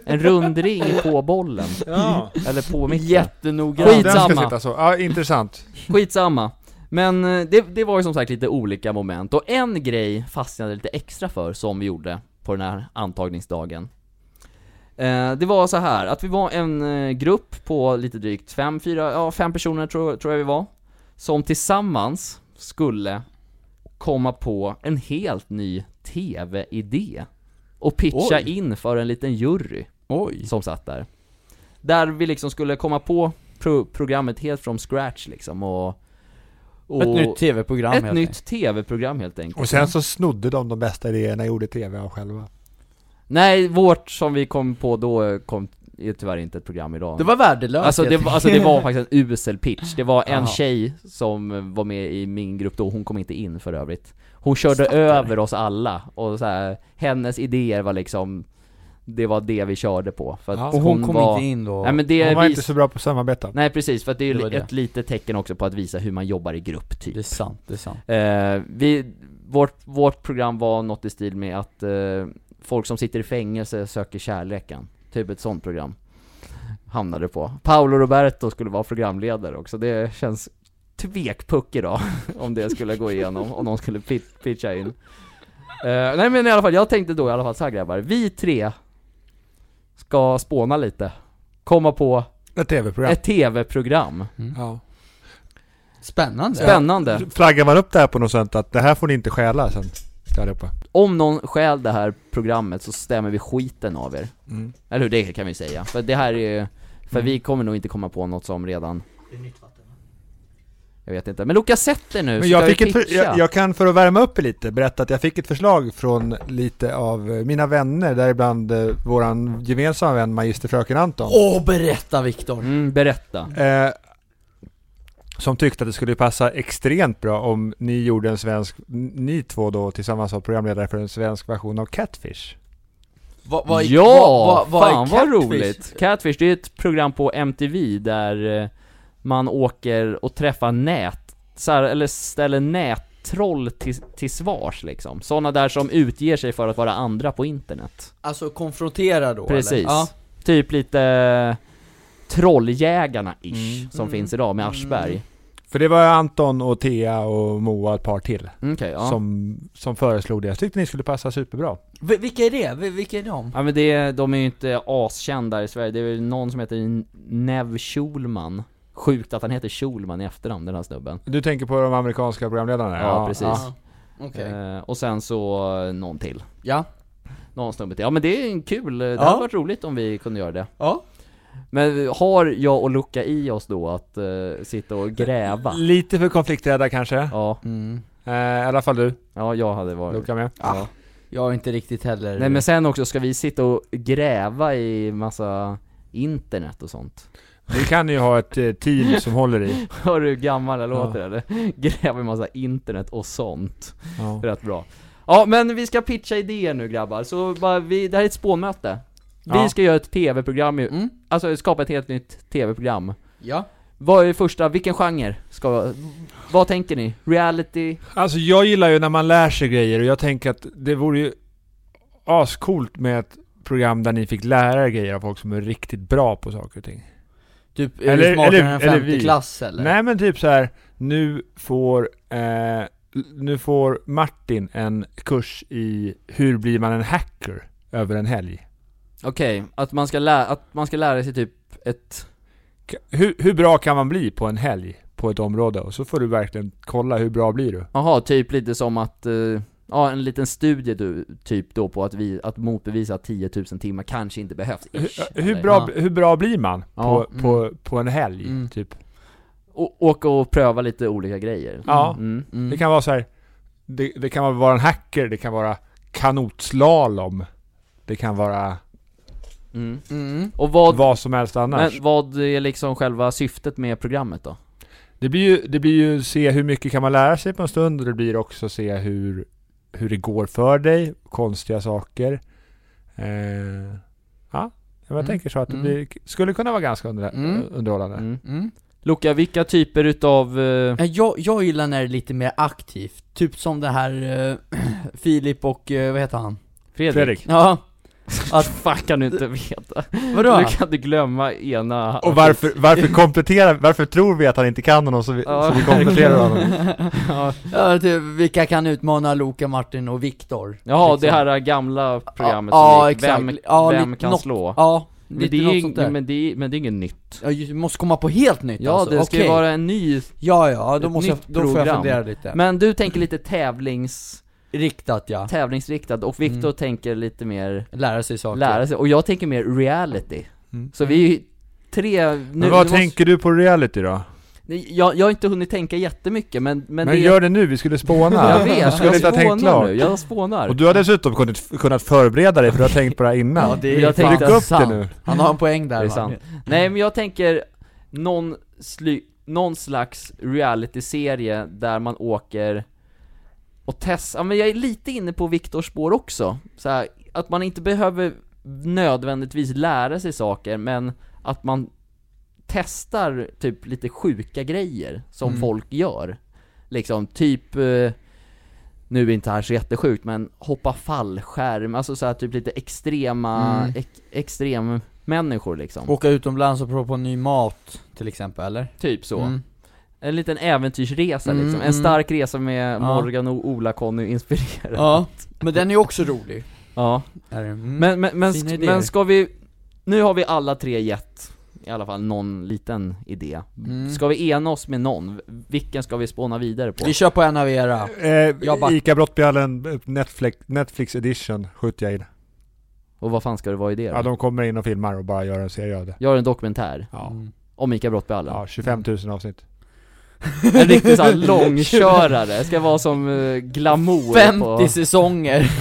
En rund ring på bollen? Ja. Eller på micken? Jättenoga. Skit- Den ska Skitsamma. sitta så. Ja, intressant. Skitsamma Men eh, det, det var ju som sagt lite olika moment och en grej fastnade jag lite extra för som vi gjorde på den här antagningsdagen Eh, Det var så här att vi var en eh, grupp på lite drygt fem, fyra, ja fem personer tror, tror jag vi var Som tillsammans skulle komma på en helt ny TV-idé Och pitcha Oj. in för en liten jury Oj. som satt där. Där vi liksom skulle komma på pro programmet helt från scratch liksom och... och Ett nytt tv-program ett helt enkelt. nytt tv-program helt enkelt. Och sen så snodde de de bästa idéerna och gjorde tv av själva. Nej, vårt som vi kom på då eh, kom, är tyvärr inte ett program idag. Det var värdelöst Alltså det, helt var, alltså det var faktiskt en usel pitch, det var en Jaha. tjej som var med i min grupp då, hon kom inte in för övrigt Hon körde över oss alla, och så här, hennes idéer var liksom Det var det vi körde på, för att Ja. Och hon, kom var, inte in då. Nej men det De var vis- inte så bra på att samarbeta. Nej precis, för att det är Det ju var det. ett litet tecken också på att visa hur man jobbar i grupp typ Det är sant, det är sant. eh, vi, vårt, vårt program var något i stil med att eh, folk som sitter i fängelse söker kärleken Typ ett sånt program Hamnade det på. Paolo Roberto skulle vara programledare också, det känns tvekpuck idag om det skulle gå igenom, om någon skulle pit, pitcha in Eh, Nej men i alla fall, jag tänkte då i alla fall så här grabbar, vi tre ska spåna lite, komma på Ett tv-program. ett tv-program Ja. Spännande. Spännande. Flaggar man upp det här på något sånt att det här får ni inte stjäla sen. till allihopa. Om någon stjäl det här programmet så stämmer vi skiten av er. Mm. Eller hur? Det kan vi säga. För det här är ju- För vi kommer nog inte komma på något som redan... Jag vet inte. Men Lukas sätter nu, Men ska jag, vi fick ett för, pitcha? jag, jag kan för att värma upp er lite berätta att jag fick ett förslag från lite av eh, mina vänner, däribland eh, våran gemensamma vän magisterfröken Anton. Åh, berätta Viktor! Mm, berätta. Eh, som tyckte att det skulle passa extremt bra om ni gjorde en svensk, ni två då tillsammans var programledare för en svensk version av Catfish. Vad, ja! fan vad roligt! Catfish, det är ett program på MTV där eh, man åker och träffar nät... Så här, eller ställer nättroll till, till svars liksom. Sådana där som utger sig för att vara andra på internet. Alltså konfrontera då Precis. eller? Ja. Typ lite Trolljägarna-ish, Mm. som Mm. finns idag med Aschberg. Mm. För det var Anton och Thea och Moa ett par till Mm, Okej, ja. som, som föreslog det. Jag tyckte ni skulle passa superbra. Vi- vilka är det? Vi- Vilka är de? Ja men det, de är ju inte askända i Sverige, det är väl någon som heter Nev Schulman Sjukt att han heter Schulman i efternamn den här snubben Du tänker på de amerikanska programledarna? Ja, precis. Ja. Okej. eh, Och sen så eh, någon till, Ja. någon snubbe till Ja men det är en kul, eh, det Ja. hade varit roligt om vi kunde göra det Ja. Men har jag och Luca i oss då att eh, sitta och gräva? Lite för konflikträdda kanske? Ja, Mm. Eh, I alla fall du, ja jag hade varit Luka med. Ah, Jag är inte riktigt heller... Nej men sen också, ska vi sitta och gräva i massa internet och sånt? Du kan ju ha ett eh, team som håller i. Hör du hur gammal jag låter eller? Gräva i massa internet och sånt Ja. Rätt bra. Ja, men vi ska pitcha idéer nu grabbar, så bara vi, det här är ett spånmöte. Vi Ja. ska göra ett tv-program ju, Mm. alltså skapa ett helt nytt tv-program. Ja. Vad är första, vilken genre ska, vad tänker ni? Reality? Alltså jag gillar ju när man lär sig grejer och jag tänker att det vore ju ascoolt med ett program där ni fick lära er grejer av folk som är riktigt bra på saker och ting. Typ, är Eller- du smartare eller- än eller en vi. femte klass eller? Nej men typ så här. nu får, eh, nu får Martin en kurs i hur blir man en hacker över en helg. Okej, att man ska lära, att man ska lära sig typ ett, K- Hur, hur bra kan man bli på en helg på ett område? Och så får du verkligen kolla hur bra blir du. jaha, typ lite som att, eh, ja en liten studie du, typ då på att vi, att motbevisa att 10 000 timmar kanske inte behövs. ish, Hur, hur, eller? bra, hur bra blir man Ja, på, på, på en helg? Mm. Typ. Å- åka och pröva lite olika grejer. Ja. Mm. Mm. Det kan vara så här. Det, det kan vara en hacker, det kan vara kanotslalom. Det kan vara Mm. Mm. Och vad, vad som helst annars. Men vad är liksom själva syftet med programmet då? Det blir ju, det blir ju se hur mycket kan man lära sig på en stund och det blir också se hur, hur det går för dig, konstiga saker. Eh, ja, jag Mm. tänker så att det Mm. blir, skulle kunna vara ganska under, Mm. underhållande. Mm. Mm. Luca, vilka typer utav... eh, Ja, Jag, jag gillar när det är lite mer aktivt, typ som det här eh, Filip och, eh, vad heter han? Fredrik? Fredrik. Ja, Att fuck kan du inte veta. vadå? Du kan inte glömma ena... Och varför, varför kompletterar, varför tror vi att han inte kan honom så vi, Ja, så vi kompletterar verkligen. honom? Ja. Ja, typ, vilka kan utmana Loka, Martin och Viktor? Jaha, Liksom. det här gamla programmet Ja, som ja, gick, vem, exakt. Ja, vem lite kan något- slå? Ja, Men lite det, är, något ju- sånt där. men, det är, men det är inget nytt. Ja, ju- måste komma på helt nytt Ja, alltså. det ska ju Okej. vara en ny... Ja, ja, då, ett måste jag, nytt då får jag program. fundera lite. Men du tänker lite tävlings, Riktat ja, tävlingsriktad och Viktor Mm. tänker lite mer lära sig saker. lära sig, och jag tänker mer reality. Mm. Så vi är ju tre... Nu, Men vad du måste- tänker du på reality då? Nej, Jag, jag har inte hunnit tänka jättemycket men, men, Men, det, gör det nu, vi skulle spåna. Jag vet, du skulle jag inte ha tänkt spånar klart. nu, jag spånar Och du har dessutom kunnat, kunnat förbereda dig för du har tänkt på det här innan. Ja, det Jag är tänkte fan Tryck upp sant. det nu. Han har en poäng där Det är va? sant. Nej men jag tänker någon, sly, någon slags realityserie där man åker och testar, ja, men jag är lite inne på Viktors spår också så här, att man inte behöver nödvändigtvis lära sig saker men att man testar typ lite sjuka grejer som Mm. folk gör Liksom, typ eh, nu är inte här så jättesjukt men hoppa fallskärm, alltså så här, typ lite extrema, Mm. ex- extrem människor liksom. Åka utomlands och prova på ny mat till exempel, eller? typ så. Mm. En liten äventyrsresa Mm, liksom. En mm. stark resa med Ja. Morgan och Ola-Conny inspirerad. Ja, men den är ju också rolig. Ja. Är det? Mm. Men, men, men, Fina sk- idéer. men ska vi, nu har vi alla tre gett i alla fall någon liten idé. Mm. Ska vi ena oss med någon? Vilken ska vi spåna vidare på? Vi kör på en av era. Jag Eh, back- Ica Brottbjörnen Netflix, Netflix edition skjuter jag in. Och vad fan ska det vara i det då? Ja, de kommer in och filmar och bara gör en serie av det. Gör en dokumentär Ja, Mm. om Mika Brottbjalla. ja 25 000 avsnitt. En riktig såhär långkörare, ska vara som eh, glamour 50 på... säsonger!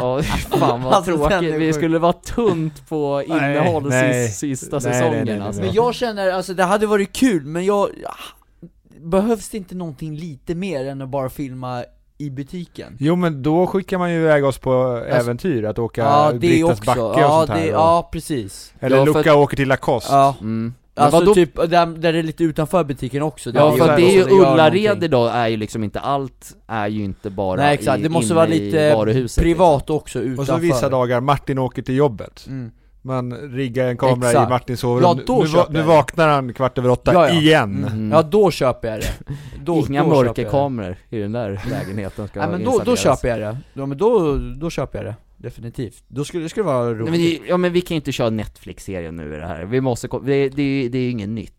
Ja, fan vad Alltså, den tråkigt. är Vi sjuk. skulle vara tunt på Nej, innehåll nej. sista, sista Nej, nej, säsongen nej, nej, alltså. nej. Men jag känner, alltså det hade varit kul, men jag... ah, Behövs det inte någonting lite mer än att bara filma i butiken? Jo men då skickar man ju iväg oss på äventyr, att åka Ja, det Brittas också. backe och Ja, sånt här. det, och- ja, precis. Eller Ja, för Luca att- åker till Lacoste. Ja. Mm. Men Alltså vadå? typ, där, där det är lite utanför butiken också. där Ja alltså, det för är att det ju- är också ju gör Ullared någonting. idag är ju liksom inte allt, är ju inte bara Nej exakt, i, det måste inne vara i lite varuhuset, liksom. liksom. privat också utanför. och så vissa dagar, Martin åker till jobbet. Mm. Man riggar en kamera Exakt. i Martins sovrum. Ja, Nu- då nu, va- köper nu jag vaknar han kvart över åtta Ja, ja. igen. Mm. Ja då köper jag det. Då, då Inga köper jag det. mörkerkameror i den där lägenheten ska Nej men då, då installeras. köper jag det. Ja, men då, då köper jag det. Definitivt. Då skulle det skulle vara roligt. Nej, men, det- ja men vi kan ju inte köra Netflix-serien nu i det här, vi måste, ko- det, det, är ju- det är ju inget nytt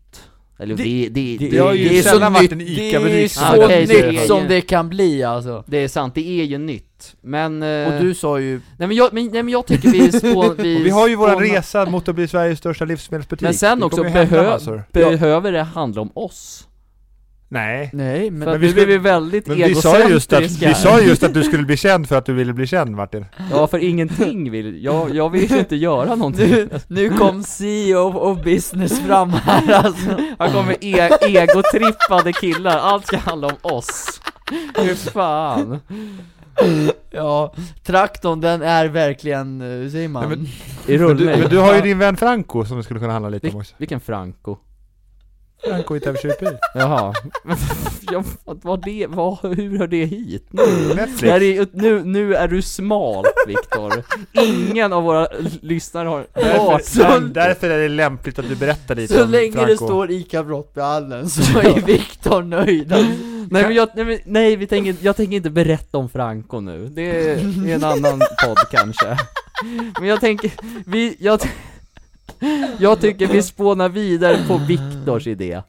Eller det, Det- det, det, det- det, det har ju är så, sällan- varit en det Ica är butik. så Ah, okej, så är det. nytt som det kan bli alltså. det är sant, det är ju nytt Men, eh, Och du sa ju, nej, men jag, men, nej men jag tycker vi spå, vi, Och vi har ju våran spånar- resa mot att bli Sveriges största livsmedelsbutik. Men sen Det också, kommer ju hända behö- massor. behöver det handla om oss? Nej. nej men, För att vi nu skulle- blev vi väldigt Men vi sa, ju just att, egocentriska vi sa ju just att du skulle bli känd för att du ville bli känd Martin. Ja för ingenting vill, jag, jag vill ju inte göra någonting nu, nu kom CEO of business fram här alltså. Här kommer e- egotrippade killar, allt ska handla om oss Hur fan? Ja, traktorn den är verkligen, eh, hur säger man? Nej, men- I Men du, rullning men du har ju din vän Franco som du skulle kunna handla lite om Vil- också. Vilken Franco? Franco i Täby Jaha. ja, vad var det, vad, hur hör det hit? Det här Netflix. är, ju- nu, nu är du smal Viktor. Ingen av våra l- lyssnare har hört. Därför, därför är det lämpligt att du berättar lite så om länge Franco. det står ICA Brottbyhallen så är Viktor nöjd alltså. Nej men jag, nej, men, nej vi tänker, jag tänker inte berätta om Franco nu. Det är, det är en annan podd kanske. Men jag tänker, vi, jag, t- jag tycker vi spånar vidare på Viktors idé.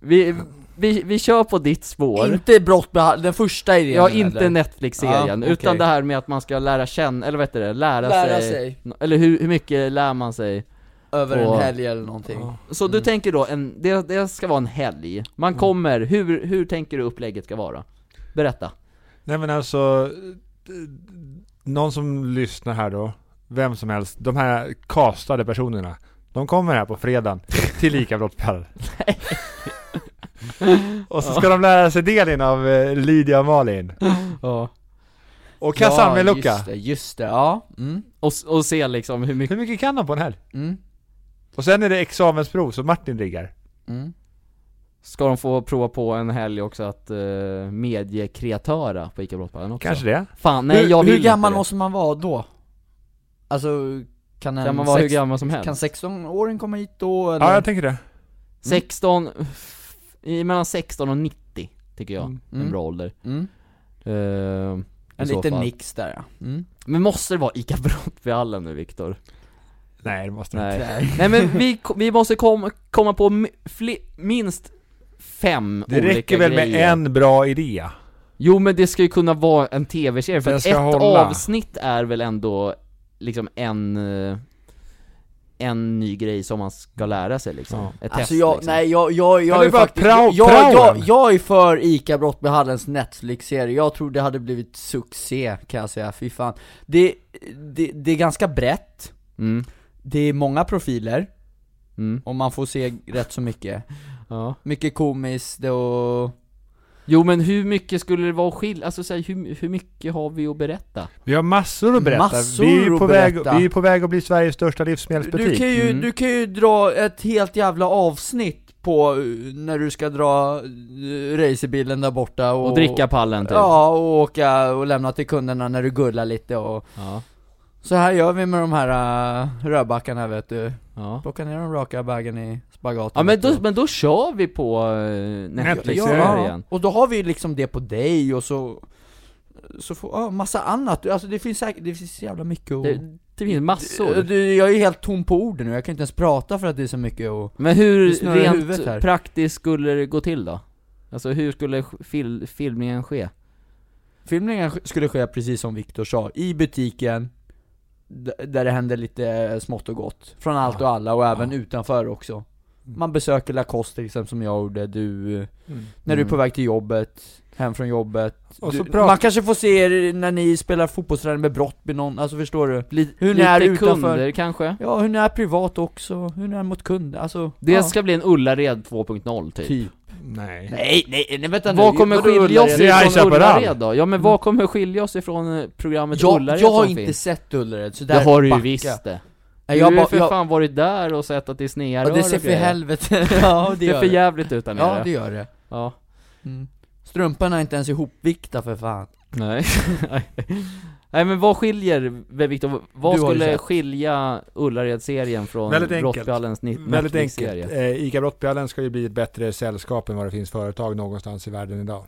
Vi, vi, vi kör på ditt spår. Inte Brottbyhallen, den första idén Ja, eller? inte Netflix-serien, Ja, okej. utan det här med att man ska lära känna, eller vad heter det, lära, Lära sig, sig, Eller hur, hur mycket lär man sig? över på- en helg eller någonting Så du tänker då, en, det, det ska vara en helg, man kommer, hur, hur tänker du upplägget ska vara? Berätta. Nej men alltså, eh, någon som lyssnar här då, vem som helst, de här castade personerna, de kommer här på fredagen till ICA Brottbyhallen. Och så ska de lära sig delen av eh, Lydia och Malin. Ja. Och Kassan med lucka. Just det, just det, ja. Mm. Och, s- och se liksom hur mycket, Hur mycket kan de på en helg? Mm. Och sen är det examensprov som Martin riggar. Mm. ska de få prova på en helg också att uh, mediekreatöra på ICA Brottbaren också? Kanske det. Fan, nej hur, jag vill hur gammal inte det. måste man vara då? Alltså, kan en Kan man vara hur sex- gammal som helst? Kan 16-åringen komma hit då eller? Ja, jag tänker det. 16, i- mellan 16 och 90, tycker jag, Mm. en Mm. bra ålder mm. Eh, i En så liten fall. nix där ja. Mm. Men måste det vara ICA Brottbyhallen nu Viktor? Nej, det måste Nej. Där. Nej men vi, ko- vi måste kom, komma på mi- fli, minst fem det olika räcker väl grejer. med en bra idé? Jo men det ska ju kunna vara en tv-serie, för Den att ska ett hålla. avsnitt är väl ändå liksom en, eh, en ny grej som man ska lära sig liksom. Ja. Ett Alltså test, jag, liksom. nej jag, jag, Men jag det är är bara faktiskt, prao- jag, jag, jag, praoen. jag är för ICA Brottbyhallens Netflix-serie, jag tror det hade blivit succé kan jag säga, fy fan Det, det, det är ganska brett, Mm, det är många profiler, mm, och man får se rätt så mycket ja. Mycket komiskt och... Jo men hur mycket skulle det vara att skilja, alltså så här, hur, hur mycket har vi att berätta? Vi har massor att berätta. Massor vi, är ju att på väg, vi berätta. är ju på väg att bli Sveriges största livsmedelsbutik. Du kan, ju, Mm. du kan ju dra ett helt jävla avsnitt på eh, när du ska dra eh, racerbilen där borta och, Och, dricka pallen typ? Ja, och åka och lämna till kunderna när du gullar lite och Ja, Så här gör vi med de här uh, rödbackarna vet du ja. Plocka ner de raka baggen i spagaten Ja men vet då, du. men då kör vi på eh, Netflix-serien igen och då har vi liksom det på dig och så Så får, ja, massa annat, alltså det finns säkert, det finns så jävla mycket att det, det finns Du- massor Eh, Du, jag är ju helt tom på orden nu, jag kan inte ens prata för att det är så mycket och Men det hur snurrar i huvudet rent här. praktiskt skulle det gå till då? Alltså hur skulle sk- fil, filmningen ske? Filmningen sk- skulle ske precis som Viktor sa, i butiken d- Där det händer lite smått och gott, från allt och Ah. alla och även utanför också Mm. Man besöker Lacoste till exempel som jag gjorde, du, eh, Mm. när du är på Mm. väg till jobbet, hem från jobbet Och så du, pratar Man kanske får se er när ni spelar fotbollsträning med brott med någon, alltså förstår du? Lite, Hur ni lite är kunder utanför- kanske? Ja, hur ni är privat också, hur ni är mot kunder, alltså Det ja, ska bli en Ullared 2.0 typ, typ Nej. Nej, nej, nej vänta Vad kommer vadå skilja oss Ullared? Det är High ifrån Chaparral. Ullared då? Ja men vad kommer skilja oss ifrån eh, programmet Mm. Jag, Ullared jag har som inte finns? sett Ullared, så där Det har du ju backa. visst det! Nej, du har jag ju bara, för jag, fan varit där och sett att det är snearör ja, det ser och för grejer. helvete, ja det Det är gör för det jävligt utan Ja nere. det gör det ja. mm. Strumporna är inte ens ihopvikta för fan Nej. Nej men vad skiljer, Viktor, vad Du har ju skulle rätt. skilja Ullared-serien från Väldigt enkelt. Brottballens ni- Väldigt Netflix-serie? enkelt. Eh, ICA Brottbjörnen ska ju bli ett bättre sällskap än vad det finns företag någonstans i världen idag.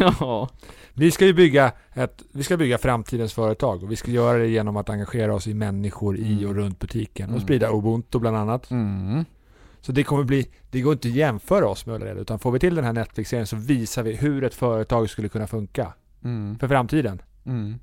ja, Vi ska ju bygga, ett, vi ska bygga framtidens företag och vi ska göra det genom att engagera oss i människor i och runt butiken och Mm. sprida ubuntu bland annat. Mm. Så det kommer bli, det går inte att jämföra oss med Ullared utan får vi till den här Netflix-serien så visar vi hur ett företag skulle kunna funka Mm. för framtiden. Mm.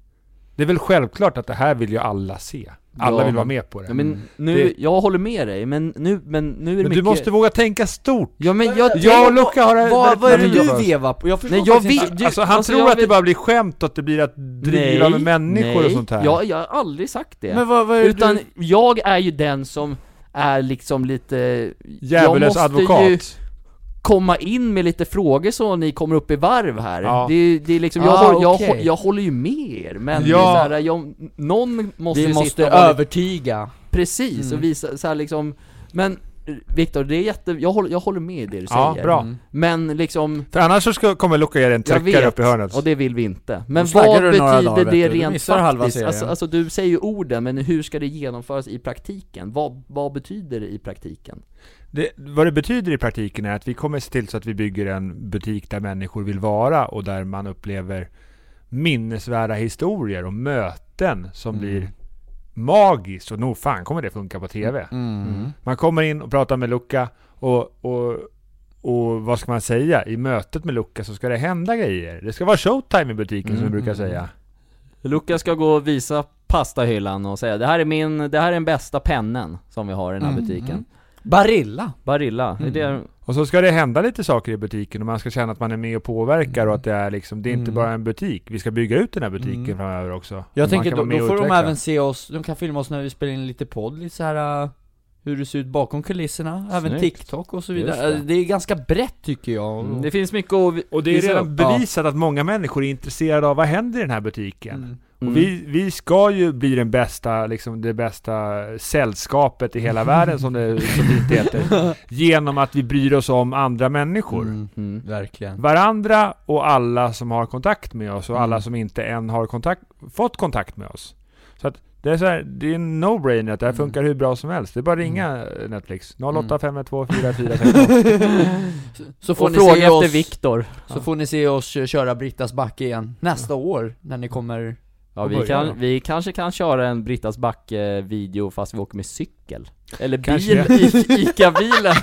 Det är väl självklart att det här vill ju alla se. Alla Ja, vill vara men- med på det. ja men men nu, Mm. Det- jag håller med dig, men nu, men nu är det mycket... du måste våga tänka stort. Ja men jag, Jag och Luca har det Vad, vad är det väldigt du bra. vevar på? Jag förstår Nej, jag faktiskt vet- inte. Du- Alltså han alltså, tror jag att det vet- bara blir skämt och att det blir att driva med människor nej, och sånt här. Jag, jag har aldrig sagt det. Men vad, vad är det Utan du... jag är ju den som är liksom lite... jag Djävulens måste advokat. ju komma in med lite frågor så ni kommer upp i varv här. Ja. Det, är- det är liksom, jag, Ah, håller, jag, okej. hå- jag håller ju med er, men det Ja. är så här, jag, någon måste ju Vi måste sitta och vara lite- övertyga. Precis, Mm. och visa så här liksom, men Viktor, det är jätte, jag håller, jag håller med i det du Ja, säger. bra. Men liksom, För annars så ska, kommer Luca göra en jag tryckare vet, upp i hörnet. och det vill vi inte. Men slaggar vad du några dagar, betyder det vet du. Du rent missar halva faktiskt? serien. Alltså, alltså du säger ju orden, men hur ska det genomföras i praktiken? Vad, vad betyder det i praktiken? Det, vad det betyder i praktiken är att vi kommer se till så att vi bygger en butik där människor vill vara och där man upplever minnesvärda historier och möten som Mm. blir magiskt. Och nog fan kommer det funka på TV. Mm. Man kommer in och pratar med Luca och, och, och vad ska man säga? I mötet med Luca så ska det hända grejer. Det ska vara showtime i butiken som vi Mm. brukar säga. Lukas ska gå och visa pastahyllan och säga det här är min, det här är den bästa pennan som vi har i den här Mm. butiken. Barilla. Barilla, det är det, Och så ska det hända lite saker i butiken och man ska känna att man är med och påverkar och att det är liksom, det är inte Mm. bara en butik. Vi ska bygga ut den här butiken Mm. framöver också. Jag Man tänker kan då, vara med då och får de utveckla. även se oss, de kan filma oss när vi spelar in lite podd, lite så här äh, hur det ser ut bakom kulisserna, även Snyggt. TikTok och så Just vidare. det. Det. det är ganska brett tycker jag. Mm. det finns mycket att vi- Och det är visa redan upp. bevisat att många människor är intresserade av vad händer i den här butiken. Mm. Mm. Och vi, vi ska ju bli den bästa, liksom det bästa sällskapet i hela världen som det, som det inte heter. Genom att vi bryr oss om andra människor. Mm. Mm. Verkligen. Varandra och alla som har kontakt med oss och alla Mm. som inte än har kontakt, fått kontakt med oss. Så att det är, så här, det är en no-brainer att det här Mm. funkar hur bra som helst. Det är bara att ringa eh, Netflix. 08 Mm. 512 4416. Så får Och ni se fråga efter oss, Viktor. så Ja. får ni se oss eh, köra Brittas backe igen nästa år, när ni kommer Ja, Och vi, börja då. kan, vi kanske kan köra en Brittas Backe-video fast vi åker med cykel. Eller Kanske bil, I- ICA-bilen.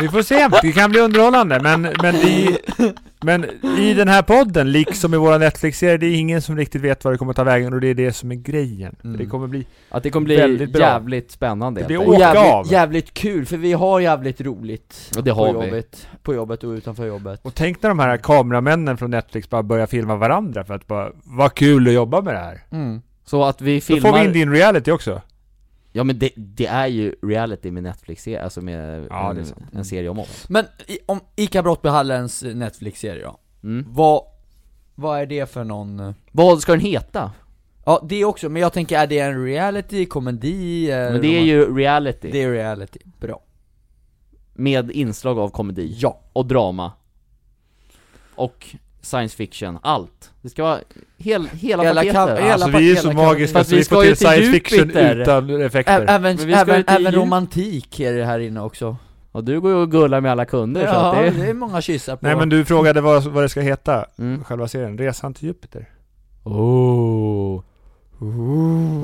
Vi får se, det kan bli underhållande. Men, men, i, men i den här podden, liksom i våra Netflix-serier, det är ingen som riktigt vet vad det kommer ta vägen och det är det som är grejen. För Mm. Det kommer bli... Att det kommer bli Väldigt bra. jävligt spännande Det blir helt enkelt. Åka av. jävligt, jävligt kul, för vi har jävligt roligt Och det har på vi. jobbet, på jobbet och utanför jobbet Och tänk när de här kameramännen från Netflix bara börjar filma varandra för att bara, vad kul att jobba med det här. Mm. Så att vi Då får vi in filmar... din reality också. Ja men det, det är ju reality med Netflix, alltså med Ja, det är en, sant. en serie om oss. Men i, om ICA Brottbyhallens Netflix-serie då, Mm. vad, vad är det för någon eh, Vad ska den heta? Eh, Ja det också, men jag tänker är det en reality, komedi? eh, Men det är roman- ju reality. Det är reality, bra Med inslag av komedi. Ja, Och drama. Och science fiction. Allt. Det ska vara hel, hela, Hela paketet. kam- hela- Alltså vi är så hela kameran. magiska Fast så vi vi ska får ju till till science fiction Jupiter. utan Ä- effekter. även, Men vi ska ju även, till även djup. romantik är det här inne också Och du går ju och gullar med alla kunder så Ja, att det... det är många kyssar på Nej men du frågade vad, vad det ska heta, Mm. själva serien. Resan till Jupiter. Oh.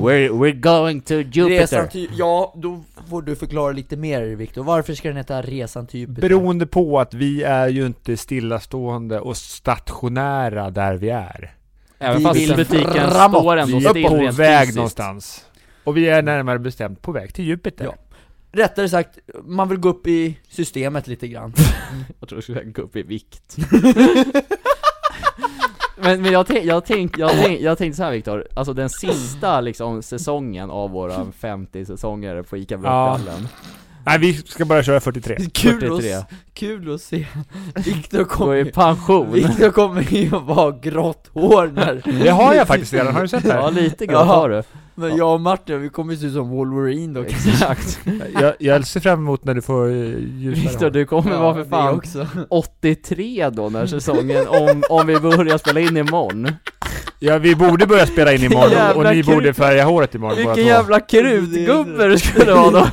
We're, we're going to Jupiter. Resan till, ja då får du förklara lite mer Viktor, varför ska den heta Resan till Jupiter? Beroende på att vi är ju inte stillastående och stationära där vi är. Även Vi fast vill butiken framåt. står ändå Vi är still på rent väg fysiskt. någonstans. Och vi är närmare bestämt på väg till Jupiter. Ja. Rättare sagt, man vill gå upp i systemet lite grann Jag tror du skulle gå upp i vikt. men men jag, tänk, jag, tänk, jag, tänk, jag tänkte så här Viktor, alltså den sista liksom säsongen av våra 50 säsonger på ICA Brottballen. Nej, vi ska bara köra 43. Kul 43. att, kul att se Viktor Går i kommer, pension. Viktor kommer ju att vara grått hår när Det har jag faktiskt redan, har du sett det Ja här? lite grann Ja. har du. Men jag och Martin, vi kommer ju se ut som Wolverine då Exakt. Jag, jag ser fram emot när du får eh, ljusare Viktor hår. du kommer vara för det fan också. 83 då när säsongen, om, om vi börjar spela in imorgon. Ja, vi borde börja spela in imorgon Jävla och ni kul. borde färga håret imorgon båda två. Vilken jävla krutgubbe du skulle vara då!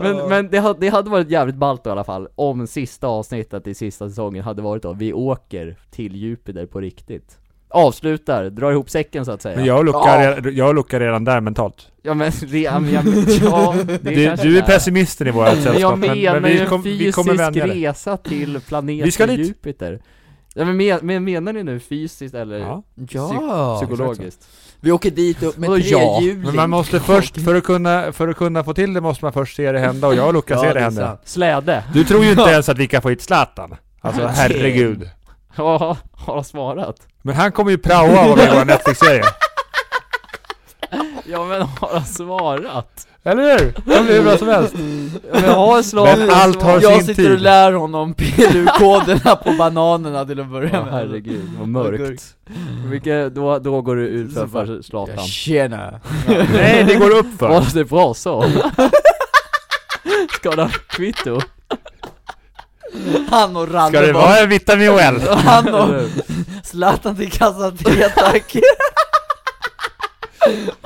Men, men det, hade, det hade varit jävligt ballt då i alla fall, om sista avsnittet i sista säsongen hade varit då, vi åker till Jupiter på riktigt Avslutar, drar ihop säcken så att säga Men jag och Luca, Ja. är re- jag och Luca är redan där mentalt. Ja men, re, ja, men jag- ja, det Du, kanske du är det pessimisten i vårt Men sällskap, jag men, menar men ju vi, en kom, vi fysisk kommer vända det. resa till planeten Vi ska dit. Jupiter ja, men, men, men menar ni nu fysiskt eller Ja. Ja! psykologiskt? Vi åker dit upp med Vadå, ja? trehjuling. Men man måste först, för att, kunna, för att kunna få till det måste man först se det hända och jag och Luca Ja, ser det det är hända. sant. Släde? Du tror ju inte ens att vi kan få hit Zlatan. Alltså herregud. Ja, har han svarat? Men han kommer ju praoa av vår Netflix-serie. Ja men har han svarat? Eller hur? Det blir hur bra som helst. Ja, men har Zlatan Men allt har svarat? sin Jag sitter och tid. lär honom PLU-koderna på bananerna till att börja Ja, med herregud, vad Gurkt. mörkt. Vilket, då, då går du ut Så för Ja, Zlatan. Tjena! Nej, det går upp för. Var det bra så? Ska du ha kvitto? Han och Ska Ranne det bara, vara en vitamin och L? han och Zlatan till kassa 3 tack!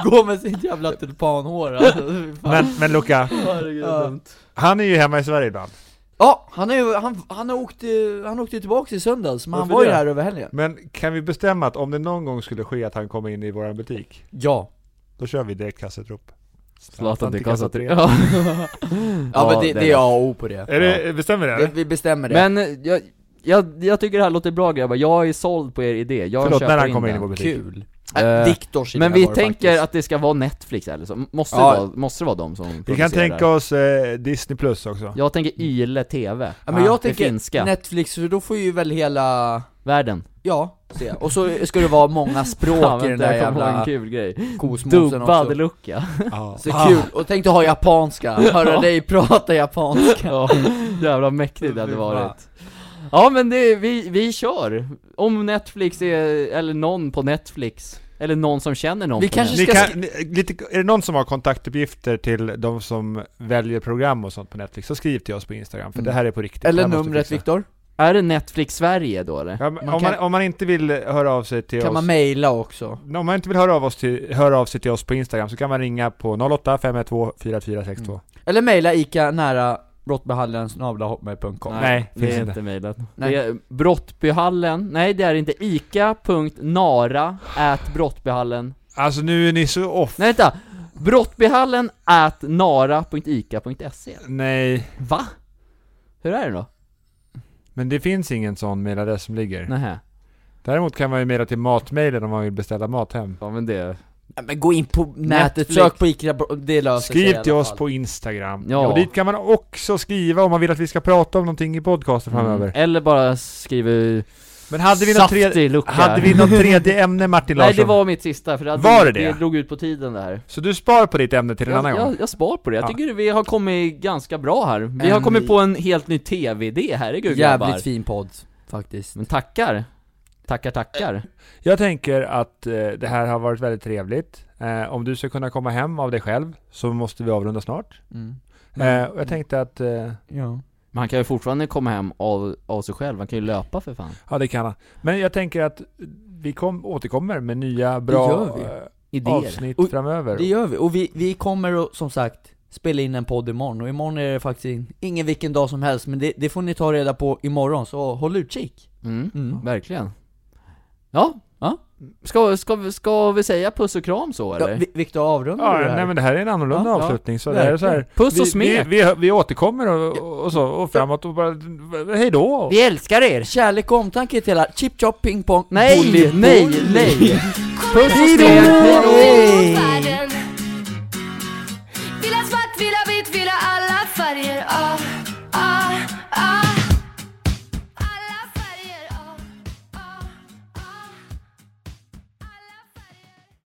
Gå med sitt jävla tulpanhår alltså, fy fan. Men, men Luca, Herregud, Ja. dumt. han är ju hemma i Sverige ibland. Ja, han, är, ju- han, han, åkte, han åkte ju tillbaka i söndags, men han Varför var ju det? här över helgen Men kan vi bestämma att om det någon gång skulle ske att han kommer in i vår butik, Ja då kör vi direkt kassatrop. Zlatan till kassa tre. Ja. Ja, Ja men det, det är jag. A och O på det, Är det, bestämmer det? det eller? Vi bestämmer det Men eh, jag, jag, jag tycker det här låter bra grabbar, jag är såld på er idé, jag Förlåt, köper när han in kommer in i den. vår butik. Kul! Eh, Äh, Viktors idé Men vi var det tänker faktiskt. att det ska vara Netflix eller så, måste, Ja. det, vara, måste det vara de som Vi kan tänka oss eh, Disney plus också. Jag tänker YLE TV, Ja, men jag Ah, det tänker finska. Netflix, för då får ju väl hela, världen ja, se. Och så ska det vara många språk Fan, i vänta, den där jag kommer på en jävla kul grej kosmosen också. Dubbad lucka Ja. Så kul, Ah. och tänk dig ha japanska, höra Ja. dig prata japanska Ja, jävla mäktigt det hade Fy fan. varit Ja men det, vi, vi kör! Om Netflix är, eller någon på Netflix, eller någon som känner någon Vi på kanske Netflix. Ni ska- kan, ni, lite, är det någon som har kontaktuppgifter till de som väljer program och sånt på Netflix, så skriv till oss på Instagram, för Mm. det här är på riktigt. Det Eller här måste vi numret fixa. Viktor? Är det Netflix Sverige då eller? Ja, men Man om, kan- man, om man inte vill höra av sig till Kan oss... man mejla också? Om man inte vill höra av, oss till, höra av sig till oss på Instagram så kan man ringa på 08 512 4462 Eller mejla ica nära brottbehandlaren snabelahotmail.com Nej, det finns är inte. inte mejlat. Nej. Det är Brottbyhallen, nej det är inte, ica.nara at brottbyhallen Alltså nu är ni så off... Nej vänta! Brottbyhallen at nara.ica.se Nej, E. Va? Hur är det då? men det finns ingen sån mejladress som ligger. Nähä, Däremot kan man ju mejla till matmejlen om man vill beställa mat hem. ja men det... Nej, Men gå in på nätet, Netflix. sök på ica, bro- det löser sig i Skriv alla till oss fall. på Instagram. Ja. Och dit kan man också skriva om man vill att vi ska prata om någonting i podcasten Mm. framöver. Mm. Eller bara skriver Men hade vi någon saftig tredje... lucka Hade vi någon tredje ämne Martin Larsson? Nej det var mitt sista, för det, hade- Var det det? det drog ut på tiden det här Så du spar på ditt ämne till en jag, annan gång? jag, jag spar på det, jag Ja. tycker vi har kommit ganska bra här Vi har En- kommit på en helt ny tv-idé, herregud Jävligt grabbar fin podd, faktiskt Men tackar! Tackar, tackar! Jag tänker att eh, det här har varit väldigt trevligt. Eh, om du ska kunna komma hem av dig själv så måste vi avrunda snart. mm. eh, och jag tänkte att, eh, ja. Men han kan ju fortfarande komma hem av, av sig själv, han kan ju löpa för fan ja det kan han. Men jag tänker att vi kom, återkommer med nya gör bra vi. eh, Idéer avsnitt Och- framöver. Det gör vi, och vi, vi kommer att, som sagt spela in en podd imorgon, och imorgon är det faktiskt in- ingen vilken dag som helst, men det, det får ni ta reda på imorgon, så håll utkik! mm. Mm. Verkligen Ja, ja ska, ska, vi- ska vi säga puss och kram så Ja, eller? Vi- Viktor avrundar Ja, det här. nej men det här är en annorlunda Ja, ja. avslutning. Så det här är så här, Puss och vi, vi, smek! vi, vi återkommer och, och så, och framåt och bara, hej då! Vi älskar er! Kärlek och omtanke till alla, chip chop ping pong, Nej, Bolibol. nej, nej! Puss och Hej då! smek! Hej då! Färger Ah, Ah,